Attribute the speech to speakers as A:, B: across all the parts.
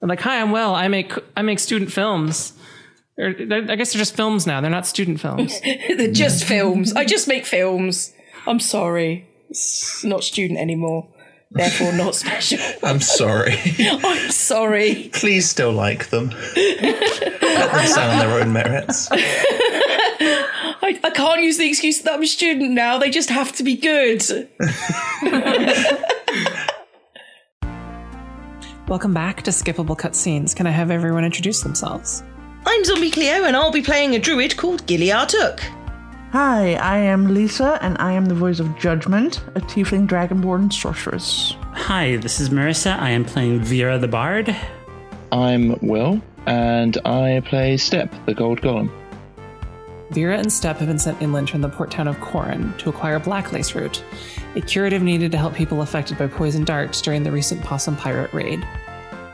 A: I'm like, hi, I'm Will. I make I make student films. Or they're- I guess they're just films now. They're not student films.
B: They're just films. I just make films. I'm sorry. It's not student anymore. Therefore, not special.
C: I'm sorry.
B: I'm sorry.
C: Please still like them. Let them stand on their own merits.
B: I, I can't use the excuse that I'm a student now. They just have to be good.
A: Welcome back to Skippable Cutscenes. Can I have everyone introduce themselves?
D: I'm Zombie Cleo, and I'll be playing a druid called Giliar Took.
E: Hi, I am Lisa, and I am the voice of Judgment, a tiefling dragonborn sorceress.
F: Hi, this is Marissa. I am playing Vera the Bard.
G: I'm Will, and I play Step, the Gold Golem.
A: Vera and Step have been sent inland from the port town of Corin to acquire Black Lace Root, a curative needed to help people affected by poison darts during the recent Possum Pirate raid.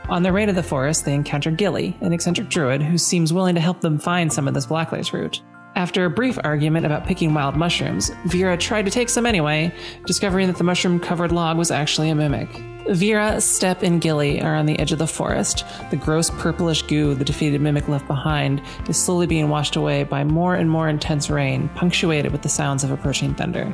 A: On their raid of the forest, they encounter Gilly, an eccentric druid who seems willing to help them find some of this Black Lace Root. After a brief argument about picking wild mushrooms, Vera tried to take some anyway, discovering that the mushroom covered log was actually a mimic. Vera, Step, and Gilly are on the edge of the forest. The gross purplish goo the defeated mimic left behind is slowly being washed away by more and more intense rain, punctuated with the sounds of approaching thunder.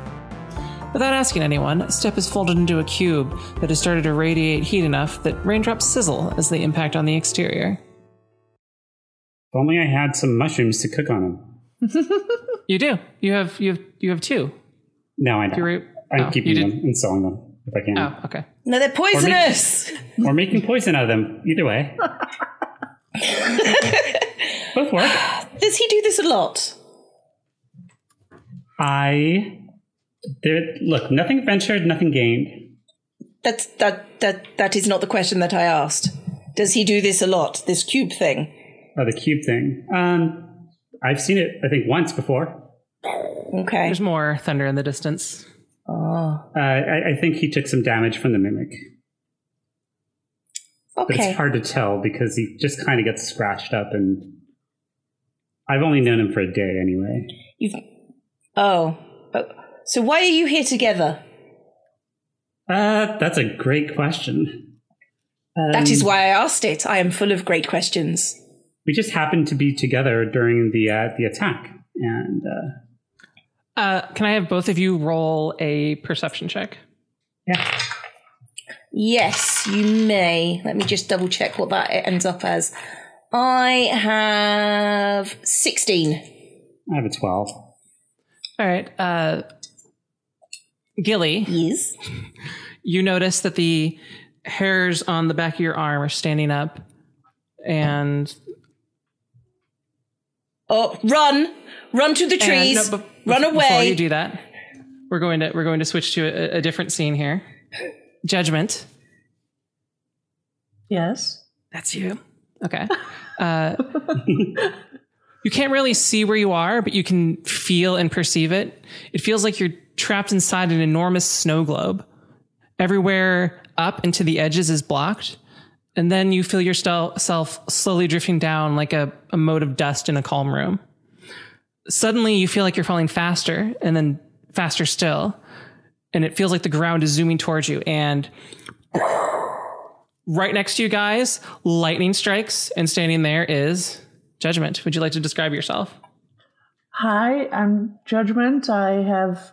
A: Without asking anyone, Step is folded into a cube that has started to radiate heat enough that raindrops sizzle as they impact on the exterior.
F: If only I had some mushrooms to cook on them.
A: You do. You have you have you have two.
F: No, I
A: You
F: don't.
A: were,
F: I'm
A: oh,
F: keeping
A: you
F: them
A: did-
F: and selling them if I can.
A: Oh, okay.
B: No, they're poisonous.
F: Or making poison out of them. Either way. Both work.
B: Does he do this a lot?
F: I. There, look, nothing ventured, nothing gained.
B: That's that that that is not the question that I asked. Does he do this a lot? This cube thing.
F: Oh, the cube thing. Um, I've seen it, I think, once before.
B: Okay.
A: There's more thunder in the distance.
F: Uh, I, I think he took some damage from the mimic. But
B: Okay.
F: it's hard to tell because he just kind of gets scratched up, and I've only known him for a day anyway.
B: You've. Oh. Oh. So why are you here together?
F: Uh, that's a great question. Um,
B: that is why I asked it. I am full of great questions.
F: we just happened to be together during the uh, the attack, and uh,
A: Uh, can I have both of you roll a perception check?
F: yeah,
B: Yes, you may. Let me just double check what that ends up as. I have sixteen.
F: I have a twelve.
A: All right. Uh, Gilly,
B: Yes.
A: you notice that the hairs on the back of your arm are standing up, and
B: Oh, run! Run to the
A: and-
B: trees!
A: Uh, no, bef-
B: run
A: bef- Before you
B: away!
A: do that, we're going to we're going to switch to a, a different scene here. Judgment.
E: Yes.
A: That's you. Okay. Uh, you can't really see where you are, but you can feel and perceive it. It feels like you're trapped inside an enormous snow globe. Everywhere up and to the edges is blocked. And then you feel yourself slowly drifting down like a, a mote of dust in a calm room. Suddenly, you feel like you're falling faster and then faster still. And it feels like the ground is zooming towards you. And right next to you guys, lightning strikes, and standing there is Judgment. Would you like to describe yourself?
E: Hi, I'm Judgment. I have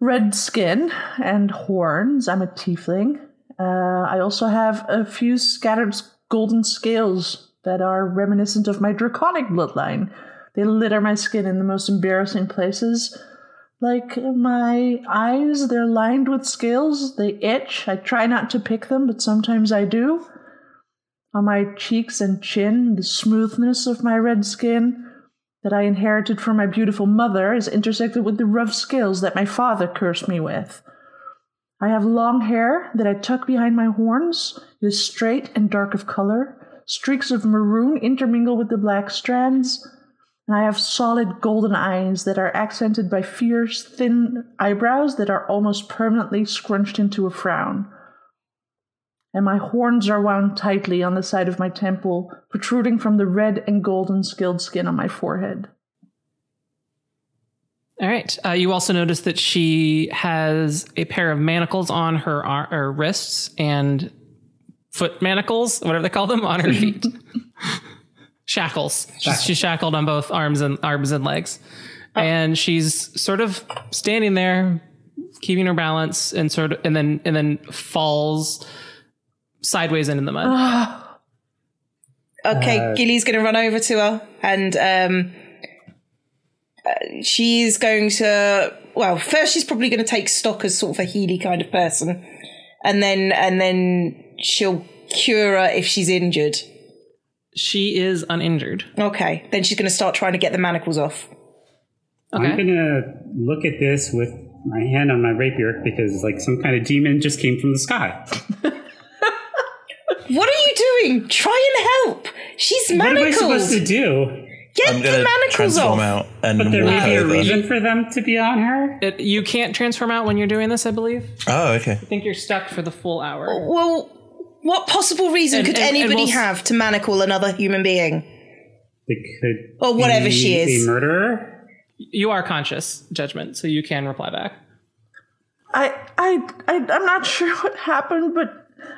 E: red skin and horns. I'm a tiefling. Uh, I also have a few scattered s- golden scales that are reminiscent of my draconic bloodline. They litter my skin in the most embarrassing places. Like uh, my eyes, they're lined with scales. They itch. I try not to pick them, but sometimes I do. On my cheeks and chin, the smoothness of my red skin that I inherited from my beautiful mother is intersected with the rough scales that my father cursed me with. I have long hair that I tuck behind my horns. It is straight and dark of color. Streaks of maroon intermingle with the black strands. And I have solid golden eyes that are accented by fierce, thin eyebrows that are almost permanently scrunched into a frown. And my horns are wound tightly on the side of my temple, protruding from the red and golden scaled skin on my forehead.
A: All right. Uh, you also notice that she has a pair of manacles on her ar- or wrists and foot manacles, whatever they call them, on her feet. Shackles. She's, she's shackled on both arms and arms and legs,
B: Oh.
A: and she's sort of standing there, keeping her balance, and sort of, and then and then falls sideways into the mud.
B: Ah. Okay, Gilly's going to run over to her, and um, uh, she's going to. Well, first she's probably going to take stock as sort of a Healy kind of person, and then and then she'll cure her if she's injured.
A: She is uninjured.
B: Okay, then she's going to start trying to get the manacles off.
A: Okay.
F: I'm gonna look at this with my hand on my rapier because it's like some kind of demon just came from the sky.
B: What are you doing? Try and help. She's
F: What am I
B: manacled.
F: supposed to do?
B: Get
C: I'm
B: the
C: gonna
B: manacles
C: transform
B: off.
C: out and
F: But there
C: walk
F: may be a
C: over.
F: reason for them to be on her.
A: It, you can't transform out when you're doing this, I believe. I
C: Oh, okay.
A: think you're stuck for the full hour.
B: Well, what possible reason
A: And-
B: could
A: and- and
B: anybody
A: we'll s-
B: have to manacle another human being?
F: It could
B: Or whatever
F: be
B: she is.
F: a murderer.
A: You are conscious, judgment, so you can reply back.
E: I, I, I, I'm not sure what happened, but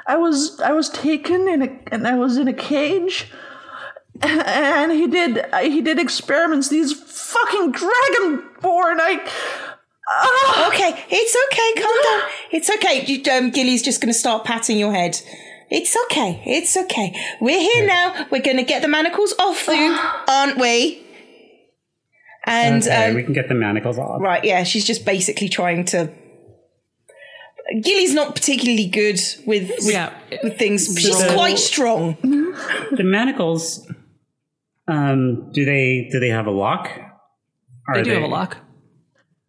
E: I was, I was taken in a, and I was in a cage, and he did, he did experiments. These fucking dragonborn, I, ah,
B: Okay, it's okay. Calm down. It's okay. You, um, Gilly's just going to start patting your head. It's okay. It's okay. We're here now. We're going to get the manacles off you, aren't we? And
F: okay,
B: um,
F: we can get the manacles off.
B: right, yeah, she's just basically trying to. Gilly's not particularly good with with,
A: Yeah.
B: with things. but She's quite strong.
F: The manacles. Um, do they do they have a lock? Are
A: they do have a lock.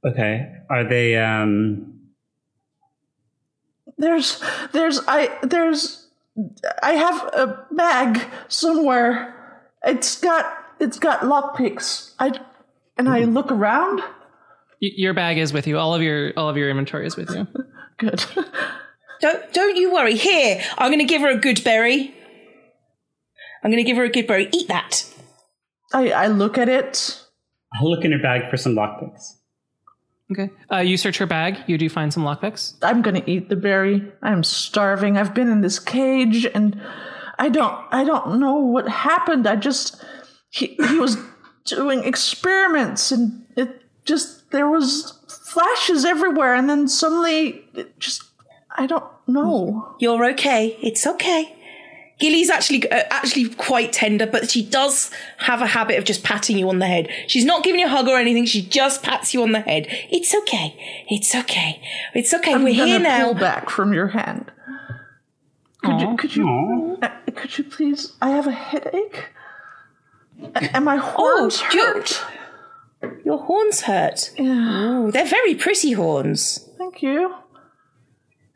F: Okay. Are they um
E: there's, there's, I, there's, I have a bag somewhere. It's got, it's got lockpicks. I, and I look around.
A: Y- your bag is with you. All of your all of your inventory is with you.
E: Good.
B: Don't don't you worry. Here, I'm going to give her a good berry. I'm going to give her a good berry. Eat that.
E: I, I look at it.
F: I'll look in her bag for some lockpicks.
A: Okay. Uh, you search her bag. You do find some lockpicks.
E: I'm gonna eat the berry. I'm starving. I've been in this cage and I don't I don't know what happened. I just he he was doing experiments and it just there was flashes everywhere and then suddenly it just I don't know.
B: you're okay. It's okay. Gilly's actually uh, actually quite tender, but she does have a habit of just patting you on the head. She's not giving you a hug or anything. She just pats you on the head. It's okay. It's okay. It's okay.
E: I'm
B: We're
E: gonna
B: here now.
E: pull back from your hand. Could you could you
F: Aw.
E: uh, could you please? I have a headache. A- And my horns
B: you-
E: hurt.
B: Your horns hurt. Ooh, they're very pretty horns.
E: Thank you.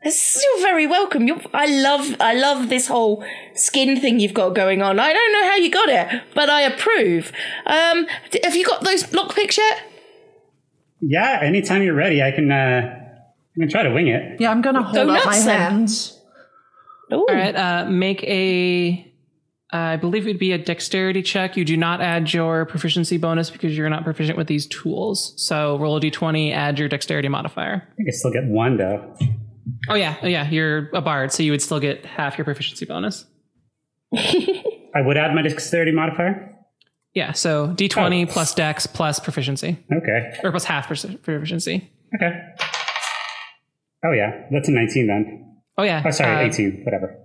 B: This- You're very welcome. You're, I love I love this whole skin thing you've got going on. I don't know how you got it, but I approve. Um, d- have you got those lockpicks yet?
F: Yeah, anytime you're ready, I can uh I can try to wing it.
E: Yeah, I'm gonna hold up my
B: nuts then.
E: hands.
B: Ooh.
A: All right. Uh, make a. uh, I believe it would be a dexterity check. You do not add your proficiency bonus because you're not proficient with these tools. So roll a d20, add your dexterity modifier.
F: I can still get one though.
A: Oh yeah, oh, yeah. You're a bard, so you would still get half your proficiency bonus.
F: I would add my dexterity modifier.
A: Yeah. So d20 plus dex plus proficiency,
F: Okay.
A: or plus half profi- proficiency.
F: Okay. Oh yeah, that's a 19 then.
A: Oh yeah.
F: Oh, sorry,
A: uh,
F: 18. Whatever.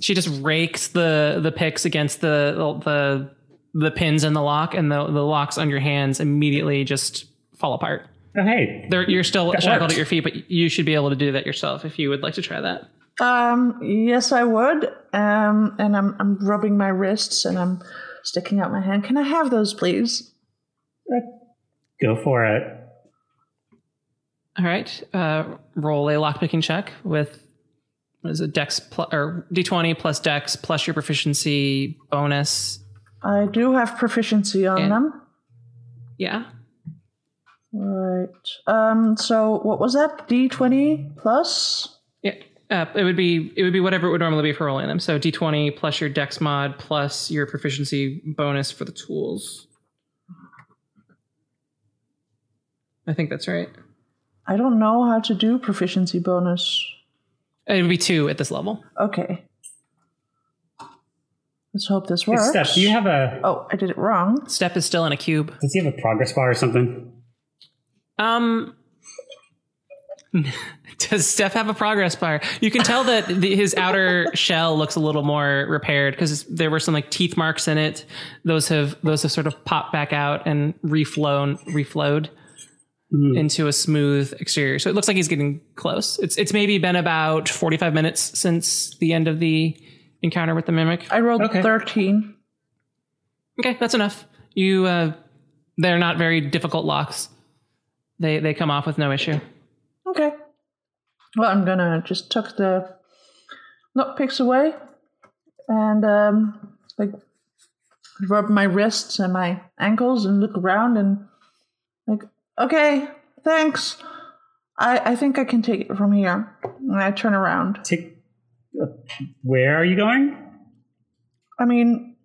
A: she just rakes the the picks against the the the pins in the lock, and the the locks on your hands immediately just fall apart.
F: Oh hey,
A: They're, you're still
F: That
A: shackled
F: worked.
A: at your feet, but you should be able to do that yourself if you would like to try that.
E: Um, yes, I would. Um, and I'm I'm rubbing my wrists and I'm sticking out my hand. Can I have those, please?
F: go for it.
A: All right, uh, roll a lockpicking check with what is it, Dex plus or D20 plus Dex plus your proficiency bonus.
E: I do have proficiency on
A: Yeah.
E: them.
A: Yeah,
E: Right. Um. So what was that? D twenty plus.
A: yeah. Uh, it would be it would be whatever it would normally be for rolling them. So D20 plus your Dex mod plus your proficiency bonus for the tools. I think that's right.
E: I don't know how to do proficiency bonus.
A: It would be two at this level.
E: Okay. Let's hope this
F: Hey,
E: works.
F: Steph, do you have a
E: oh, I did it wrong.
A: Step is still in a cube.
F: does he have a progress bar or something?
A: Um, does Steph have a progress bar? You can tell that the, his outer shell looks a little more repaired because there were some like teeth marks in it. Those have those have sort of popped back out and reflown, reflowed into a smooth exterior. So it looks like he's getting close. It's it's maybe been about forty five minutes since the end of the encounter with the mimic.
E: I rolled
F: Okay.
E: 13.
A: Okay, that's enough. You, uh, they're not very difficult locks. They they come off with no issue.
E: Okay. Well, I'm gonna just tuck the lockpicks away and um, like rub my wrists and my ankles and look around and like, okay, thanks. I I think I can take it from here. And I turn around.
F: Take, uh, where are you going?
E: I mean,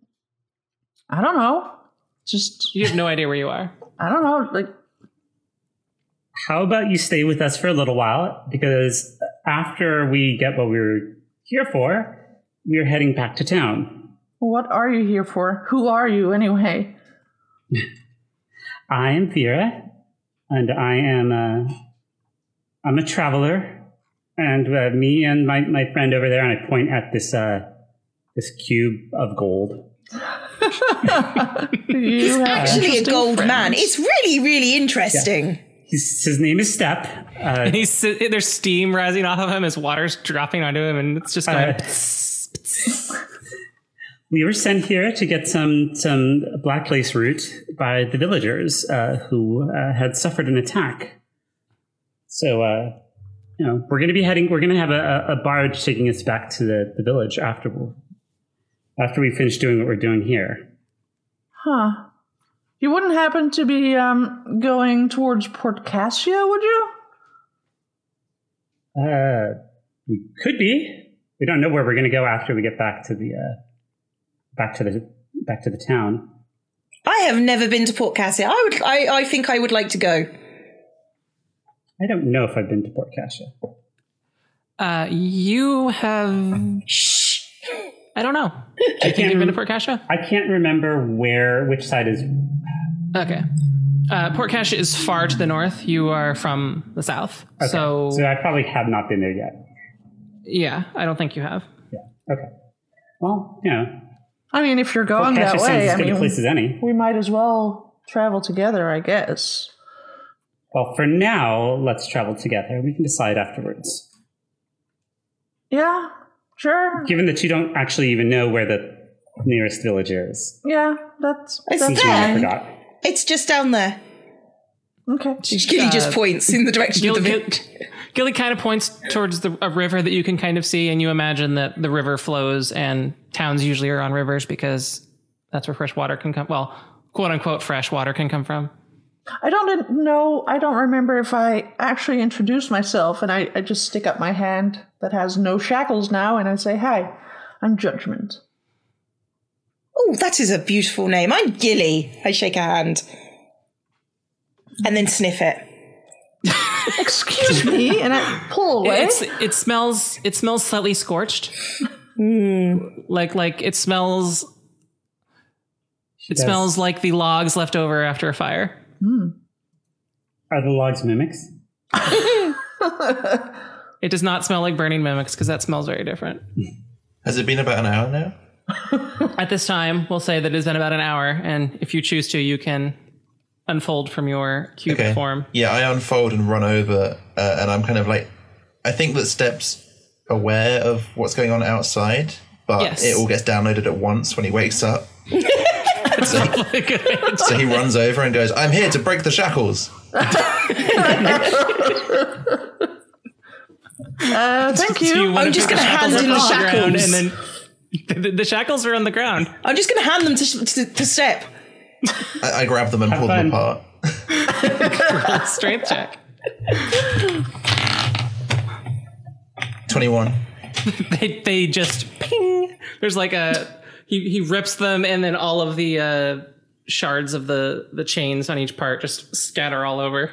E: I don't know. Just
A: You have no idea where you are.
E: I don't know. Like
F: How about you stay with us for a little while? Because after we get what we were here for, we are heading back to town.
E: What are you here for? Who are you anyway?
F: I am Vera, and I am a, I'm a traveler. And uh, me and my, my friend over there, and I point at this uh, this cube of gold.
E: You have
B: Actually, a
E: Uh, interesting
B: gold
E: friends.
B: man. It's really, really interesting.
F: His, his name is Step. Uh,
A: And he's si- there's steam rising off of him as water's dropping onto him, and it's just going.
F: Uh, We were sent here to get some some black lace root by the villagers uh, who uh, had suffered an attack. So, uh, you know, we're going to be heading. We're going to have a, a a barge taking us back to the, the village after we after we finish doing what we're doing here.
E: Huh. You wouldn't happen to be um, going towards Port Cassia, would you?
F: Uh, we could be. We don't know where we're going to go after we get back to the uh, back to the back to the town.
B: I have never been to Port Cassia. I would. I, I think I would like to go.
F: I don't know if I've been to Port Cassia.
A: Uh, you have.
B: Shh.
A: I don't know. Do you think you've been to Port Cassia?
F: I can't remember where which side is
A: Okay. Uh, Port Cassia is far to the north. You are from the south, so,
F: So I probably have not been there yet.
A: yeah, I don't think you have.
F: Okay. Well, you know,
E: I mean, if you're
F: Port
E: going
F: Cassia
E: that
F: sounds
E: way,
F: as
E: I
F: good a
E: mean,
F: place as any.
E: we might as well travel together, I guess.
F: Well, for now, let's travel together. We can decide afterwards.
E: Yeah, sure.
F: Given that you don't actually even know where the nearest village is,
E: Yeah, that's
B: It's
E: that's
F: since you
B: there.
F: forgot.
B: It's just down there.
E: okay.
B: Gilly just points in the direction
A: Gil,
B: of the
A: Gil,
B: village.
A: Gilly kind of points towards the, a river that you can kind of see, and you imagine that the river flows, and towns usually are on rivers because that's where fresh water can come. Well, quote unquote, fresh water can come from.
E: I don't know. I don't remember if I actually introduced myself, and I, I just stick up my hand that has no shackles now, and I say, "Hi, I'm Judgment."
B: Oh, that is a beautiful name. I'm Gilly. I shake her hand and then sniff it.
E: Excuse me, and I
B: Eh?
E: pull away.
A: It's it smells it smells slightly scorched.
B: Hmm.
A: Like like it smells it
F: does.
A: smells like the logs left over after a fire.
F: Are the logs mimics?
A: It does not smell like burning mimics because that smells very different.
C: Has it been about an hour now?
A: At this time, we'll say that it's been about an hour, and if you choose to, you can unfold from your cube
C: Okay.
A: form.
C: Yeah, I unfold and run over, uh, and I'm kind of like, I think that Step's aware of what's going on outside, but
A: Yes.
C: it all gets downloaded at once when he wakes up.
A: Good.
C: So he runs over and goes, "I'm here to break the shackles."
E: Uh, thank
A: Do
E: you.
A: wanna
B: I'm just
A: put the
B: gonna hand
A: shackles
B: in the
A: on ground and
B: shackles.
A: then the, the shackles are on the ground.
B: I'm just going to hand them to, to, to Step.
C: I, I grab them and pull
F: fun.
C: them apart.
A: Strength check.
C: Twenty-one.
A: they they just ping. There's like a he he rips them, and then all of the uh, shards of the the chains on each part just scatter all over.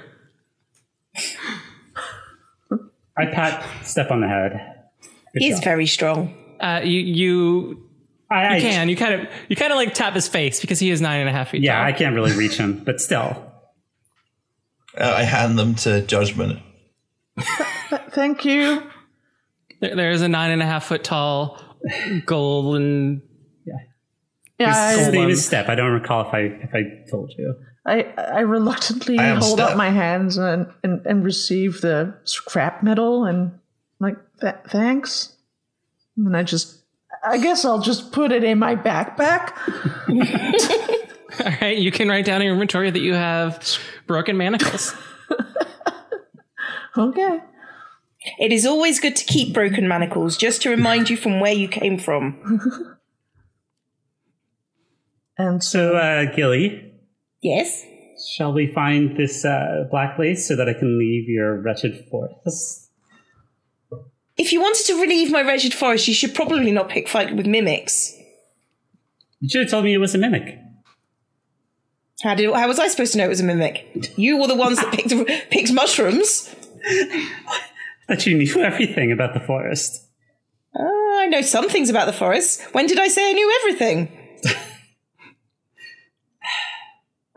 F: I pat Step on the head. Good
B: He's
F: job.
B: very strong.
A: Uh, you you
F: I, I
A: You can. You kind of you kind of like tap his face because he is nine and a half feet.
F: Yeah,
A: tall.
F: I can't really reach him, but still.
C: Uh, I hand them to Judgment.
E: Thank you.
A: There, there is a nine and a half foot tall golden.
F: His
E: Yeah,
F: name is Step. I don't recall if I if I told you.
E: I, I, I reluctantly
C: I am
E: hold up
C: Steph.
E: my hands and, and, and receive the scrap metal and I'm like "Th- thanks. And I just, I guess I'll just put it in my backpack.
A: All right, you can write down in your inventory that you have broken manacles.
E: Okay.
B: It is always good to keep broken manacles, just to remind you from where you came from.
E: And so
F: So, uh, Gilly,
B: Yes.
F: shall we find this uh, black lace so that I can leave your wretched forest?
B: If you wanted to relieve my wretched forest, you should probably not pick fight with mimics.
F: You should have told me it was a mimic.
B: How did? How was I supposed to know it was a mimic? You were the ones that picked picked mushrooms.
F: That you knew everything about the forest.
B: Uh, I know some things about the forest. When did I say I knew everything?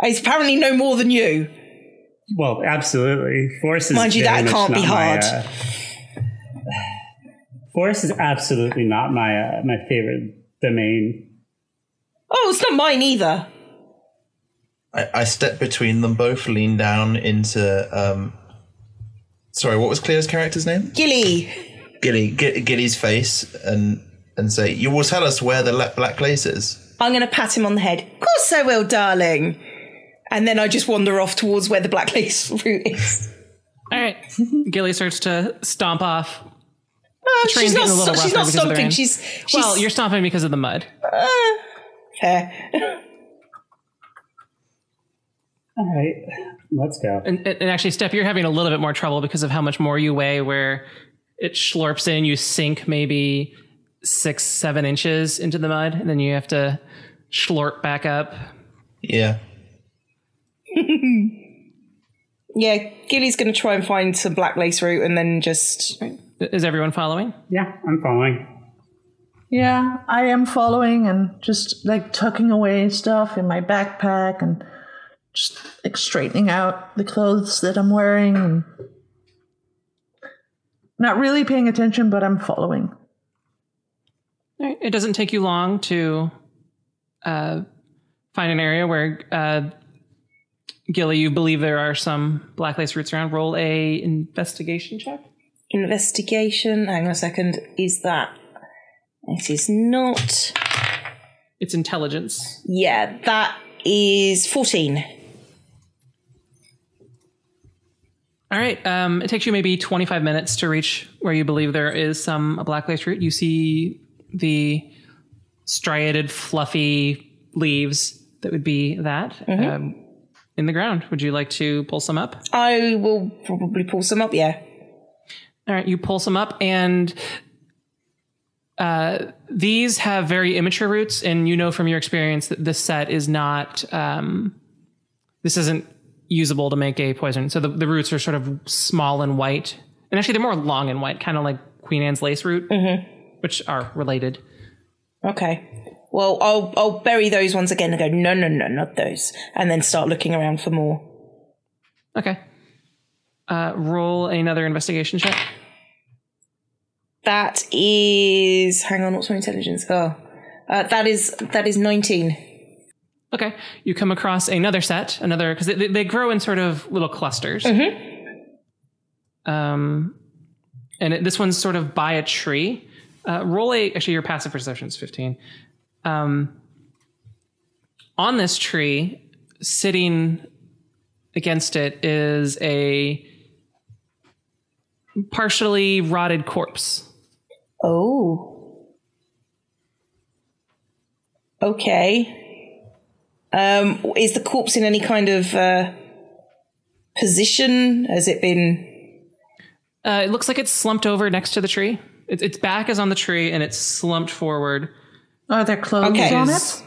B: I apparently know more than you.
F: Well, absolutely. Forest is
B: Mind you,
F: very
B: that
F: much
B: can't be
F: not my,
B: hard.
F: uh, forest is absolutely not my uh, my favorite domain.
B: Oh, it's not mine either.
C: I, I step between them both, lean down into. Um, sorry, what was Cleo's character's name?
B: Gilly,
C: Gilly, G- Gilly's face, and and say, "You will tell us where the la- black lace is."
B: I'm going to pat him on the head. Of course I will, darling. And then I just wander off towards where the black lace route is.
A: All right, Gilly starts to stomp off.
B: Oh,
A: train's
B: she's not,
A: getting a little
B: sto- she's
A: rougher
B: not
A: because of the rain.
B: stomping. She's, she's
A: Well, you're stomping because of the mud.
B: fair.
F: All right, let's go.
A: And, and and actually, Step, you're having a little bit more trouble because of how much more you weigh. Where it slurps in, you sink maybe six, seven inches into the mud, and then you have to slurp back up.
C: Yeah,
B: Yeah, Gilly's going to try and find some black lace route and then just.
A: Is everyone following?
F: Yeah, I'm following.
E: yeah, I am following and just like tucking away stuff in my backpack and just like straightening out the clothes that I'm wearing and not really paying attention, but I'm following.
A: All right. It doesn't take you long to uh, find an area where, uh, Gilly, you believe there are some black lace roots around. Roll a investigation check.
B: Investigation. Hang on a second. Is that. It is not.
A: It's intelligence.
B: Yeah, that is 14.
A: All right. Um, it takes you maybe 25 minutes to reach where you believe there is some a black lace root. You see the striated, fluffy leaves that would be that um, in the ground. Would you like to pull some up?
B: I will probably pull some up, yeah.
A: All right, you pull some up, and uh, these have very immature roots, and you know from your experience that this set is not. Um, this isn't usable to make a poison. So the, the roots are sort of small and white, and actually they're more long and white, kind of like Queen Anne's lace root, which are related.
B: Okay. Well, I'll I'll bury those ones again and go no no no not those and then start looking around for more.
A: Okay. Uh, roll another investigation check.
B: That is hang on, what's my intelligence? Oh, uh, that is that is nineteen.
A: Okay, you come across another set, another because they, they grow in sort of little clusters. Um, and it, this one's sort of by a tree. Uh, roll a actually your passive perception is fifteen. Um, on this tree, sitting against it is a partially rotted corpse.
B: Oh. Okay. Um, is the corpse in any kind of uh, position? Has it been?
A: Uh, it looks like it's slumped over next to the tree. Its its back is on the tree and it's slumped forward.
E: Are there clothes
B: Okay.
E: on it?
A: is-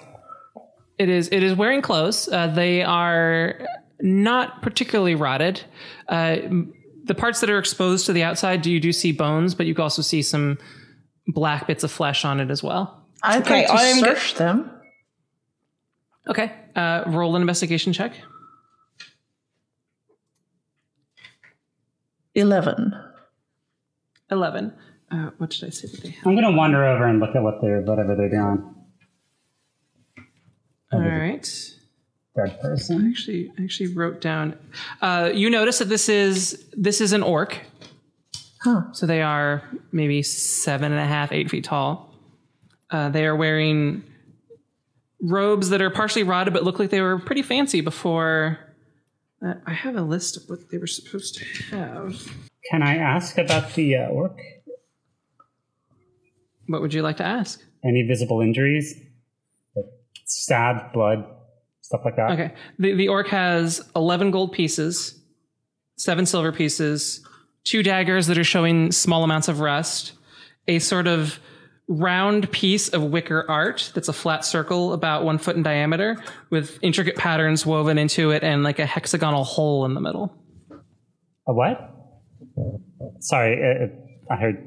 A: It is. It is wearing clothes. Uh, they are not particularly rotted. Uh, m- the parts that are exposed to the outside, do you do see bones, but you also see some black bits of flesh on it as well.
E: I'd
B: Okay,
E: like to
B: I am go-
E: search them.
A: Okay. Uh, roll an investigation check.
E: 11.
A: 11. Uh, what did I say that they had?
F: I'm gonna wander over and look at what they're whatever they're doing.
A: All right.
F: Dead person.
A: Actually, I actually wrote down. Uh, you notice that this is this is an orc.
E: Huh.
A: So they are maybe seven and a half, eight feet tall. Uh, they are wearing robes that are partially rotted, but look like they were pretty fancy before. Uh, I have a list of what they were supposed to have.
F: Can I ask about the uh, orc?
A: What would you like to ask?
F: Any visible injuries? Like stab, blood, stuff like that.
A: Okay. The the orc has eleven gold pieces, seven silver pieces, two daggers that are showing small amounts of rust, a sort of round piece of wicker art that's a flat circle about one foot in diameter with intricate patterns woven into it and like a hexagonal hole in the middle.
F: A what? Sorry, uh, uh, I heard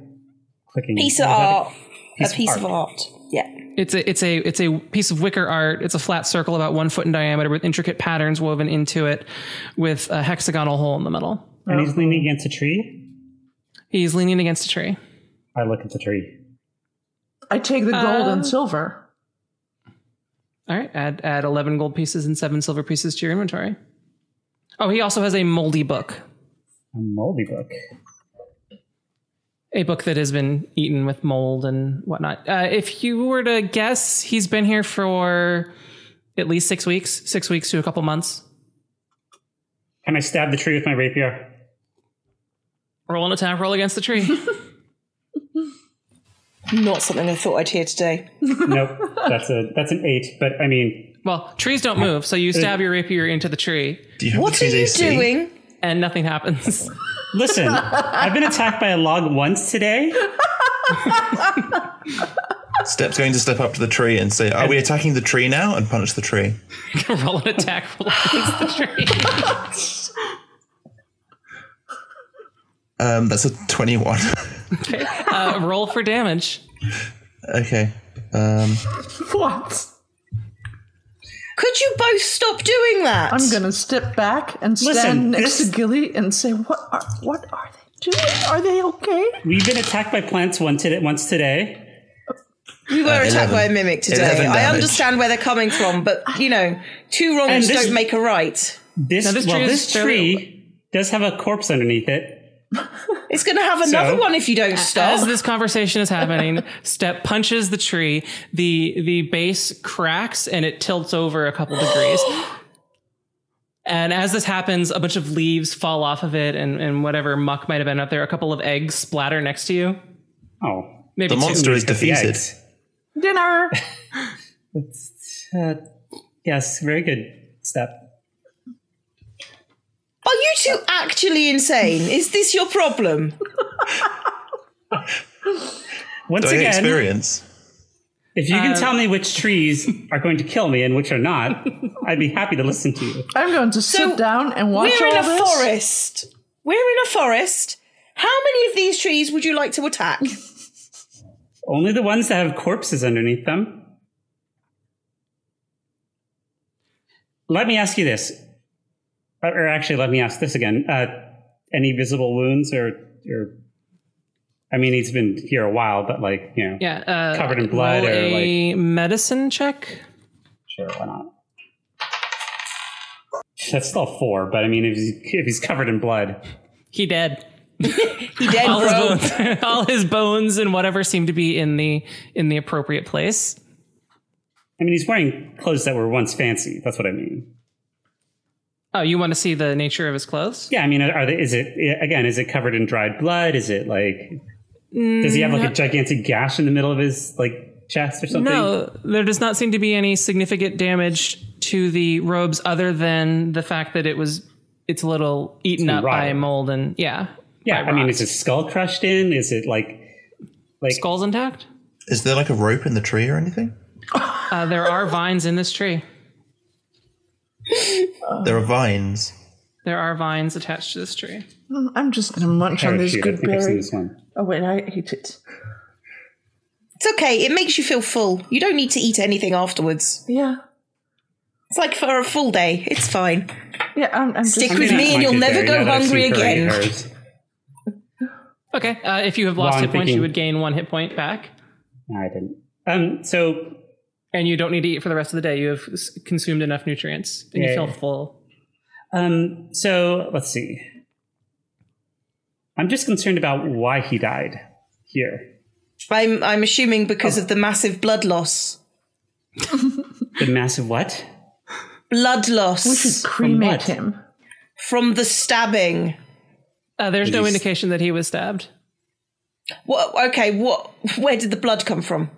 F: clicking.
B: Piece of
F: Was that a-
B: art. A piece of art. Yeah.
A: It's a it's a it's a piece of wicker art. It's a flat circle about one foot in diameter with intricate patterns woven into it with a hexagonal hole in the middle.
F: And he's leaning against a tree.
A: He's leaning against a tree.
F: I look at the tree.
E: I take the gold
A: Uh,
B: Um,
E: and silver.
A: All right, add add eleven gold pieces and seven silver pieces to your inventory. Oh, he also has a moldy book,
F: A moldy book.
A: a book that has been eaten with mold and whatnot. Uh, if you were to guess, he's been here for at least six weeks, six weeks to a couple months.
F: Can I stab the tree with my rapier?
A: Roll an attack roll against the tree.
B: Not something I thought I'd hear today.
F: nope. That's a that's an eight. But I mean,
A: well, trees don't move, so you stab your rapier into the tree,
C: Do you have
B: What are
C: the
B: you
C: AC?
B: doing?
A: and nothing happens.
F: listen. I've been attacked by a log once today.
C: Step's going to step up to the tree and say, "Are we attacking the tree now?" and punch the tree.
A: roll an attack roll against the tree.
C: Um, that's a twenty-one.
A: Uh, roll for damage.
C: okay. Um,
E: What?
B: Could you both stop doing that?
E: I'm gonna step back and stand
F: Listen,
E: next
F: this-
E: to Gilly and say, "What are what are they doing? Are they okay?"
F: We've been attacked by plants once today. Once today.
B: We were attacked
C: 11.
B: by a mimic
C: 11
B: today. I
C: damage.
B: understand where they're coming from, but you know, two
F: And
B: wrongs
F: this-
B: don't make a right.
F: This,
A: Now, this
F: well,
A: tree is
F: this
A: fairly-
F: tree does have a corpse underneath it.
B: It's going to have another
F: So?
B: one if you don't
A: As
B: stop.
A: this conversation is happening, Step punches the tree. The the base cracks and it tilts over a couple degrees. And as this happens, a bunch of leaves fall off of it and, and whatever muck might have been up there. A couple of eggs splatter next to you.
F: Oh,
A: Maybe
C: the
A: two.
C: monster is
F: Got the
C: defeated.
F: eggs.
E: Dinner.
F: It's, uh, yes, very good step.
B: Are you two actually insane? Is this your problem?
F: Once
C: Do I get
F: again,
C: experience?
F: if you can tell me which trees are going to kill me and which are not, I'd be happy to listen to you.
E: I'm going to sit down and watch
B: We're in
E: all
B: a
E: this.
B: forest. We're in a forest. How many of these trees would you like to attack?
F: Only the ones that have corpses underneath them. Let me ask you this, or- or actually, let me ask this again. Uh, any visible wounds or, or, I mean, he's been here a while, but like, you know,
A: Yeah, uh,
F: Covered in blood
A: roll
F: or,
A: a medicine check.
F: sure, why not? That's still four, but I mean, if he's, if he's covered in blood,
A: He dead.
B: He dead,
A: All his
B: bro.
A: bones, all his bones and whatever seem to be in the in the appropriate place.
F: I mean, he's wearing clothes that were once fancy. That's what I mean.
A: Oh, you want to see the nature of his clothes?
F: Yeah, I mean, are they? Is it again? Is it covered in dried blood? Is it like? Does he have like a
B: Mm.
F: gigantic gash in the middle of his like chest or something?
A: No, there does not seem to be any significant damage to the robes other than the fact that it was it's a little eaten
F: been
A: up by
F: rotted.
A: mold and yeah.
F: Yeah,
A: by
F: I mean,
A: rot.
F: is his skull crushed in? Is it like
A: skull's intact.
C: Is there like a rope in the tree or anything?
A: Uh, there are vines in this tree.
C: There are vines.
A: There are vines attached to this tree.
E: I'm just gonna munch on these
F: parachute?
E: good
F: I
E: Oh,
F: think I've seen
E: berries.
F: this one.
E: Oh wait, I ate it.
B: It's okay. It makes you feel full. You don't need to eat anything afterwards.
E: Yeah.
B: It's like for a full day. It's fine.
E: Yeah, I'm, I'm
B: Stick
E: just.
B: with
F: Not
B: me
F: my
B: and you'll
F: good
B: never
F: berry,
B: go
F: now that I've
B: hungry
F: seen her eat
B: again.
F: hers.
A: Okay, uh, if you have lost
F: Wrong
A: hit points,
F: thinking.
A: you would gain one hit point back,
F: No, I didn't. Um, so
A: and you don't need to eat for the rest of the day. You have s- consumed enough nutrients, and
F: Yeah.
A: you feel full.
F: Um, so let's see. I'm just concerned about why he died here.
B: I'm I'm assuming because of the massive blood loss.
F: The massive what?
B: Blood loss
E: We should cremate
F: what?
E: him.
B: from the stabbing.
A: Uh, there's no
F: Please.
A: indication that he was stabbed.
B: What? Okay. What? Where did the blood come from?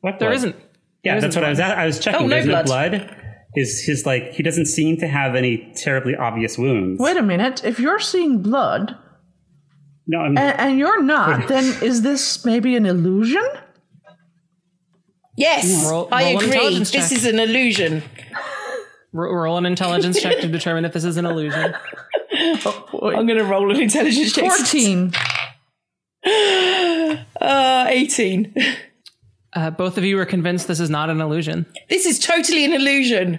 F: What?
A: There
F: blood?
A: isn't.
F: Yeah,
A: there
F: that's
A: isn't
F: what I was. At. I was checking.
B: Oh, no
F: There's
B: blood.
F: no blood. Is his like he doesn't seem to have any terribly obvious wounds?
E: Wait a minute. If you're seeing blood
F: No, I'm,
E: and, and you're not, then is this maybe an illusion?
B: Yes,
A: Roll-
B: I
A: roll an
B: agree.
A: intelligence
B: This
A: check.
B: is an illusion.
A: R- roll an intelligence check to determine if this is an illusion.
B: I'm going to roll an intelligence check.
E: 14.
B: Uh, 18.
A: Uh, both of you are convinced this is not an illusion.
B: This is totally an illusion.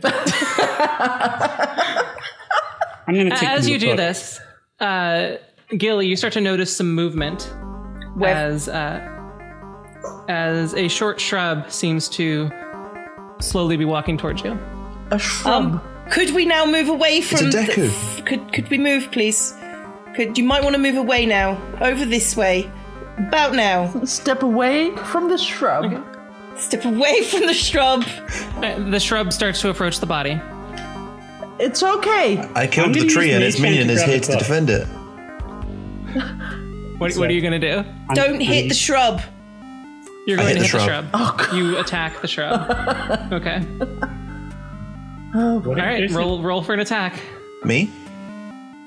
F: I'm going to take
A: As
F: the
A: you do
F: book.
A: this, uh, Gilly, you start to notice some movement
B: Where-
A: as uh, as a short shrub seems to slowly be walking towards you.
E: A shrub.
B: Um, Could we now move away from
C: a Deku.
B: the- could could we move, please? Could you might want to move away now. Over this way. About now.
E: Step away from the shrub.
B: Step away from the shrub.
A: Uh, the shrub starts to approach the body.
E: It's okay.
C: I killed
F: I'm
C: the
F: gonna
C: tree
F: use
C: and its
F: mage
C: minion
F: hand to
C: is
F: grab
C: here
F: the
C: to
F: book.
C: defend it.
A: What, what are you going to do?
F: I'm-
B: Don't hit
F: I'm-
B: the shrub.
A: You're
C: I
A: going
C: hit
A: to hit
C: the
A: the
C: shrub.
A: shrub. You attack the shrub. Okay.
F: What if
A: All right.
F: there's-
A: Roll roll for an attack.
C: Me?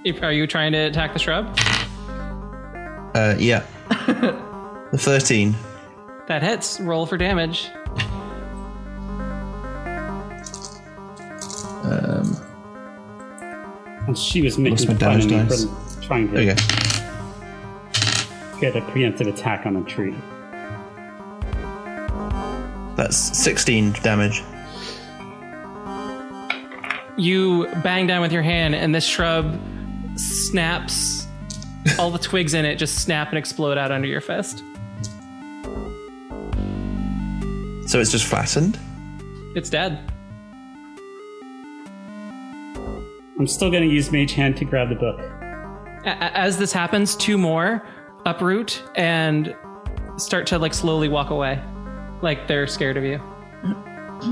A: If- Are you trying to attack the shrub?
C: Uh, yeah. the 13.
A: That hits. Roll for damage.
F: Um, and She was making
C: Lost my
F: fun of me
C: damage dice.
F: for trying to
C: There you go.
F: get a preemptive attack on a tree.
C: That's 16 damage.
A: You bang down with your hand, and this shrub snaps. All the twigs in it just snap and explode out under your fist.
C: So it's just flattened?
A: It's dead.
F: I'm still going to use mage hand to grab the book.
A: A- a- as this happens, two more uproot and start to like slowly walk away, like they're scared of you.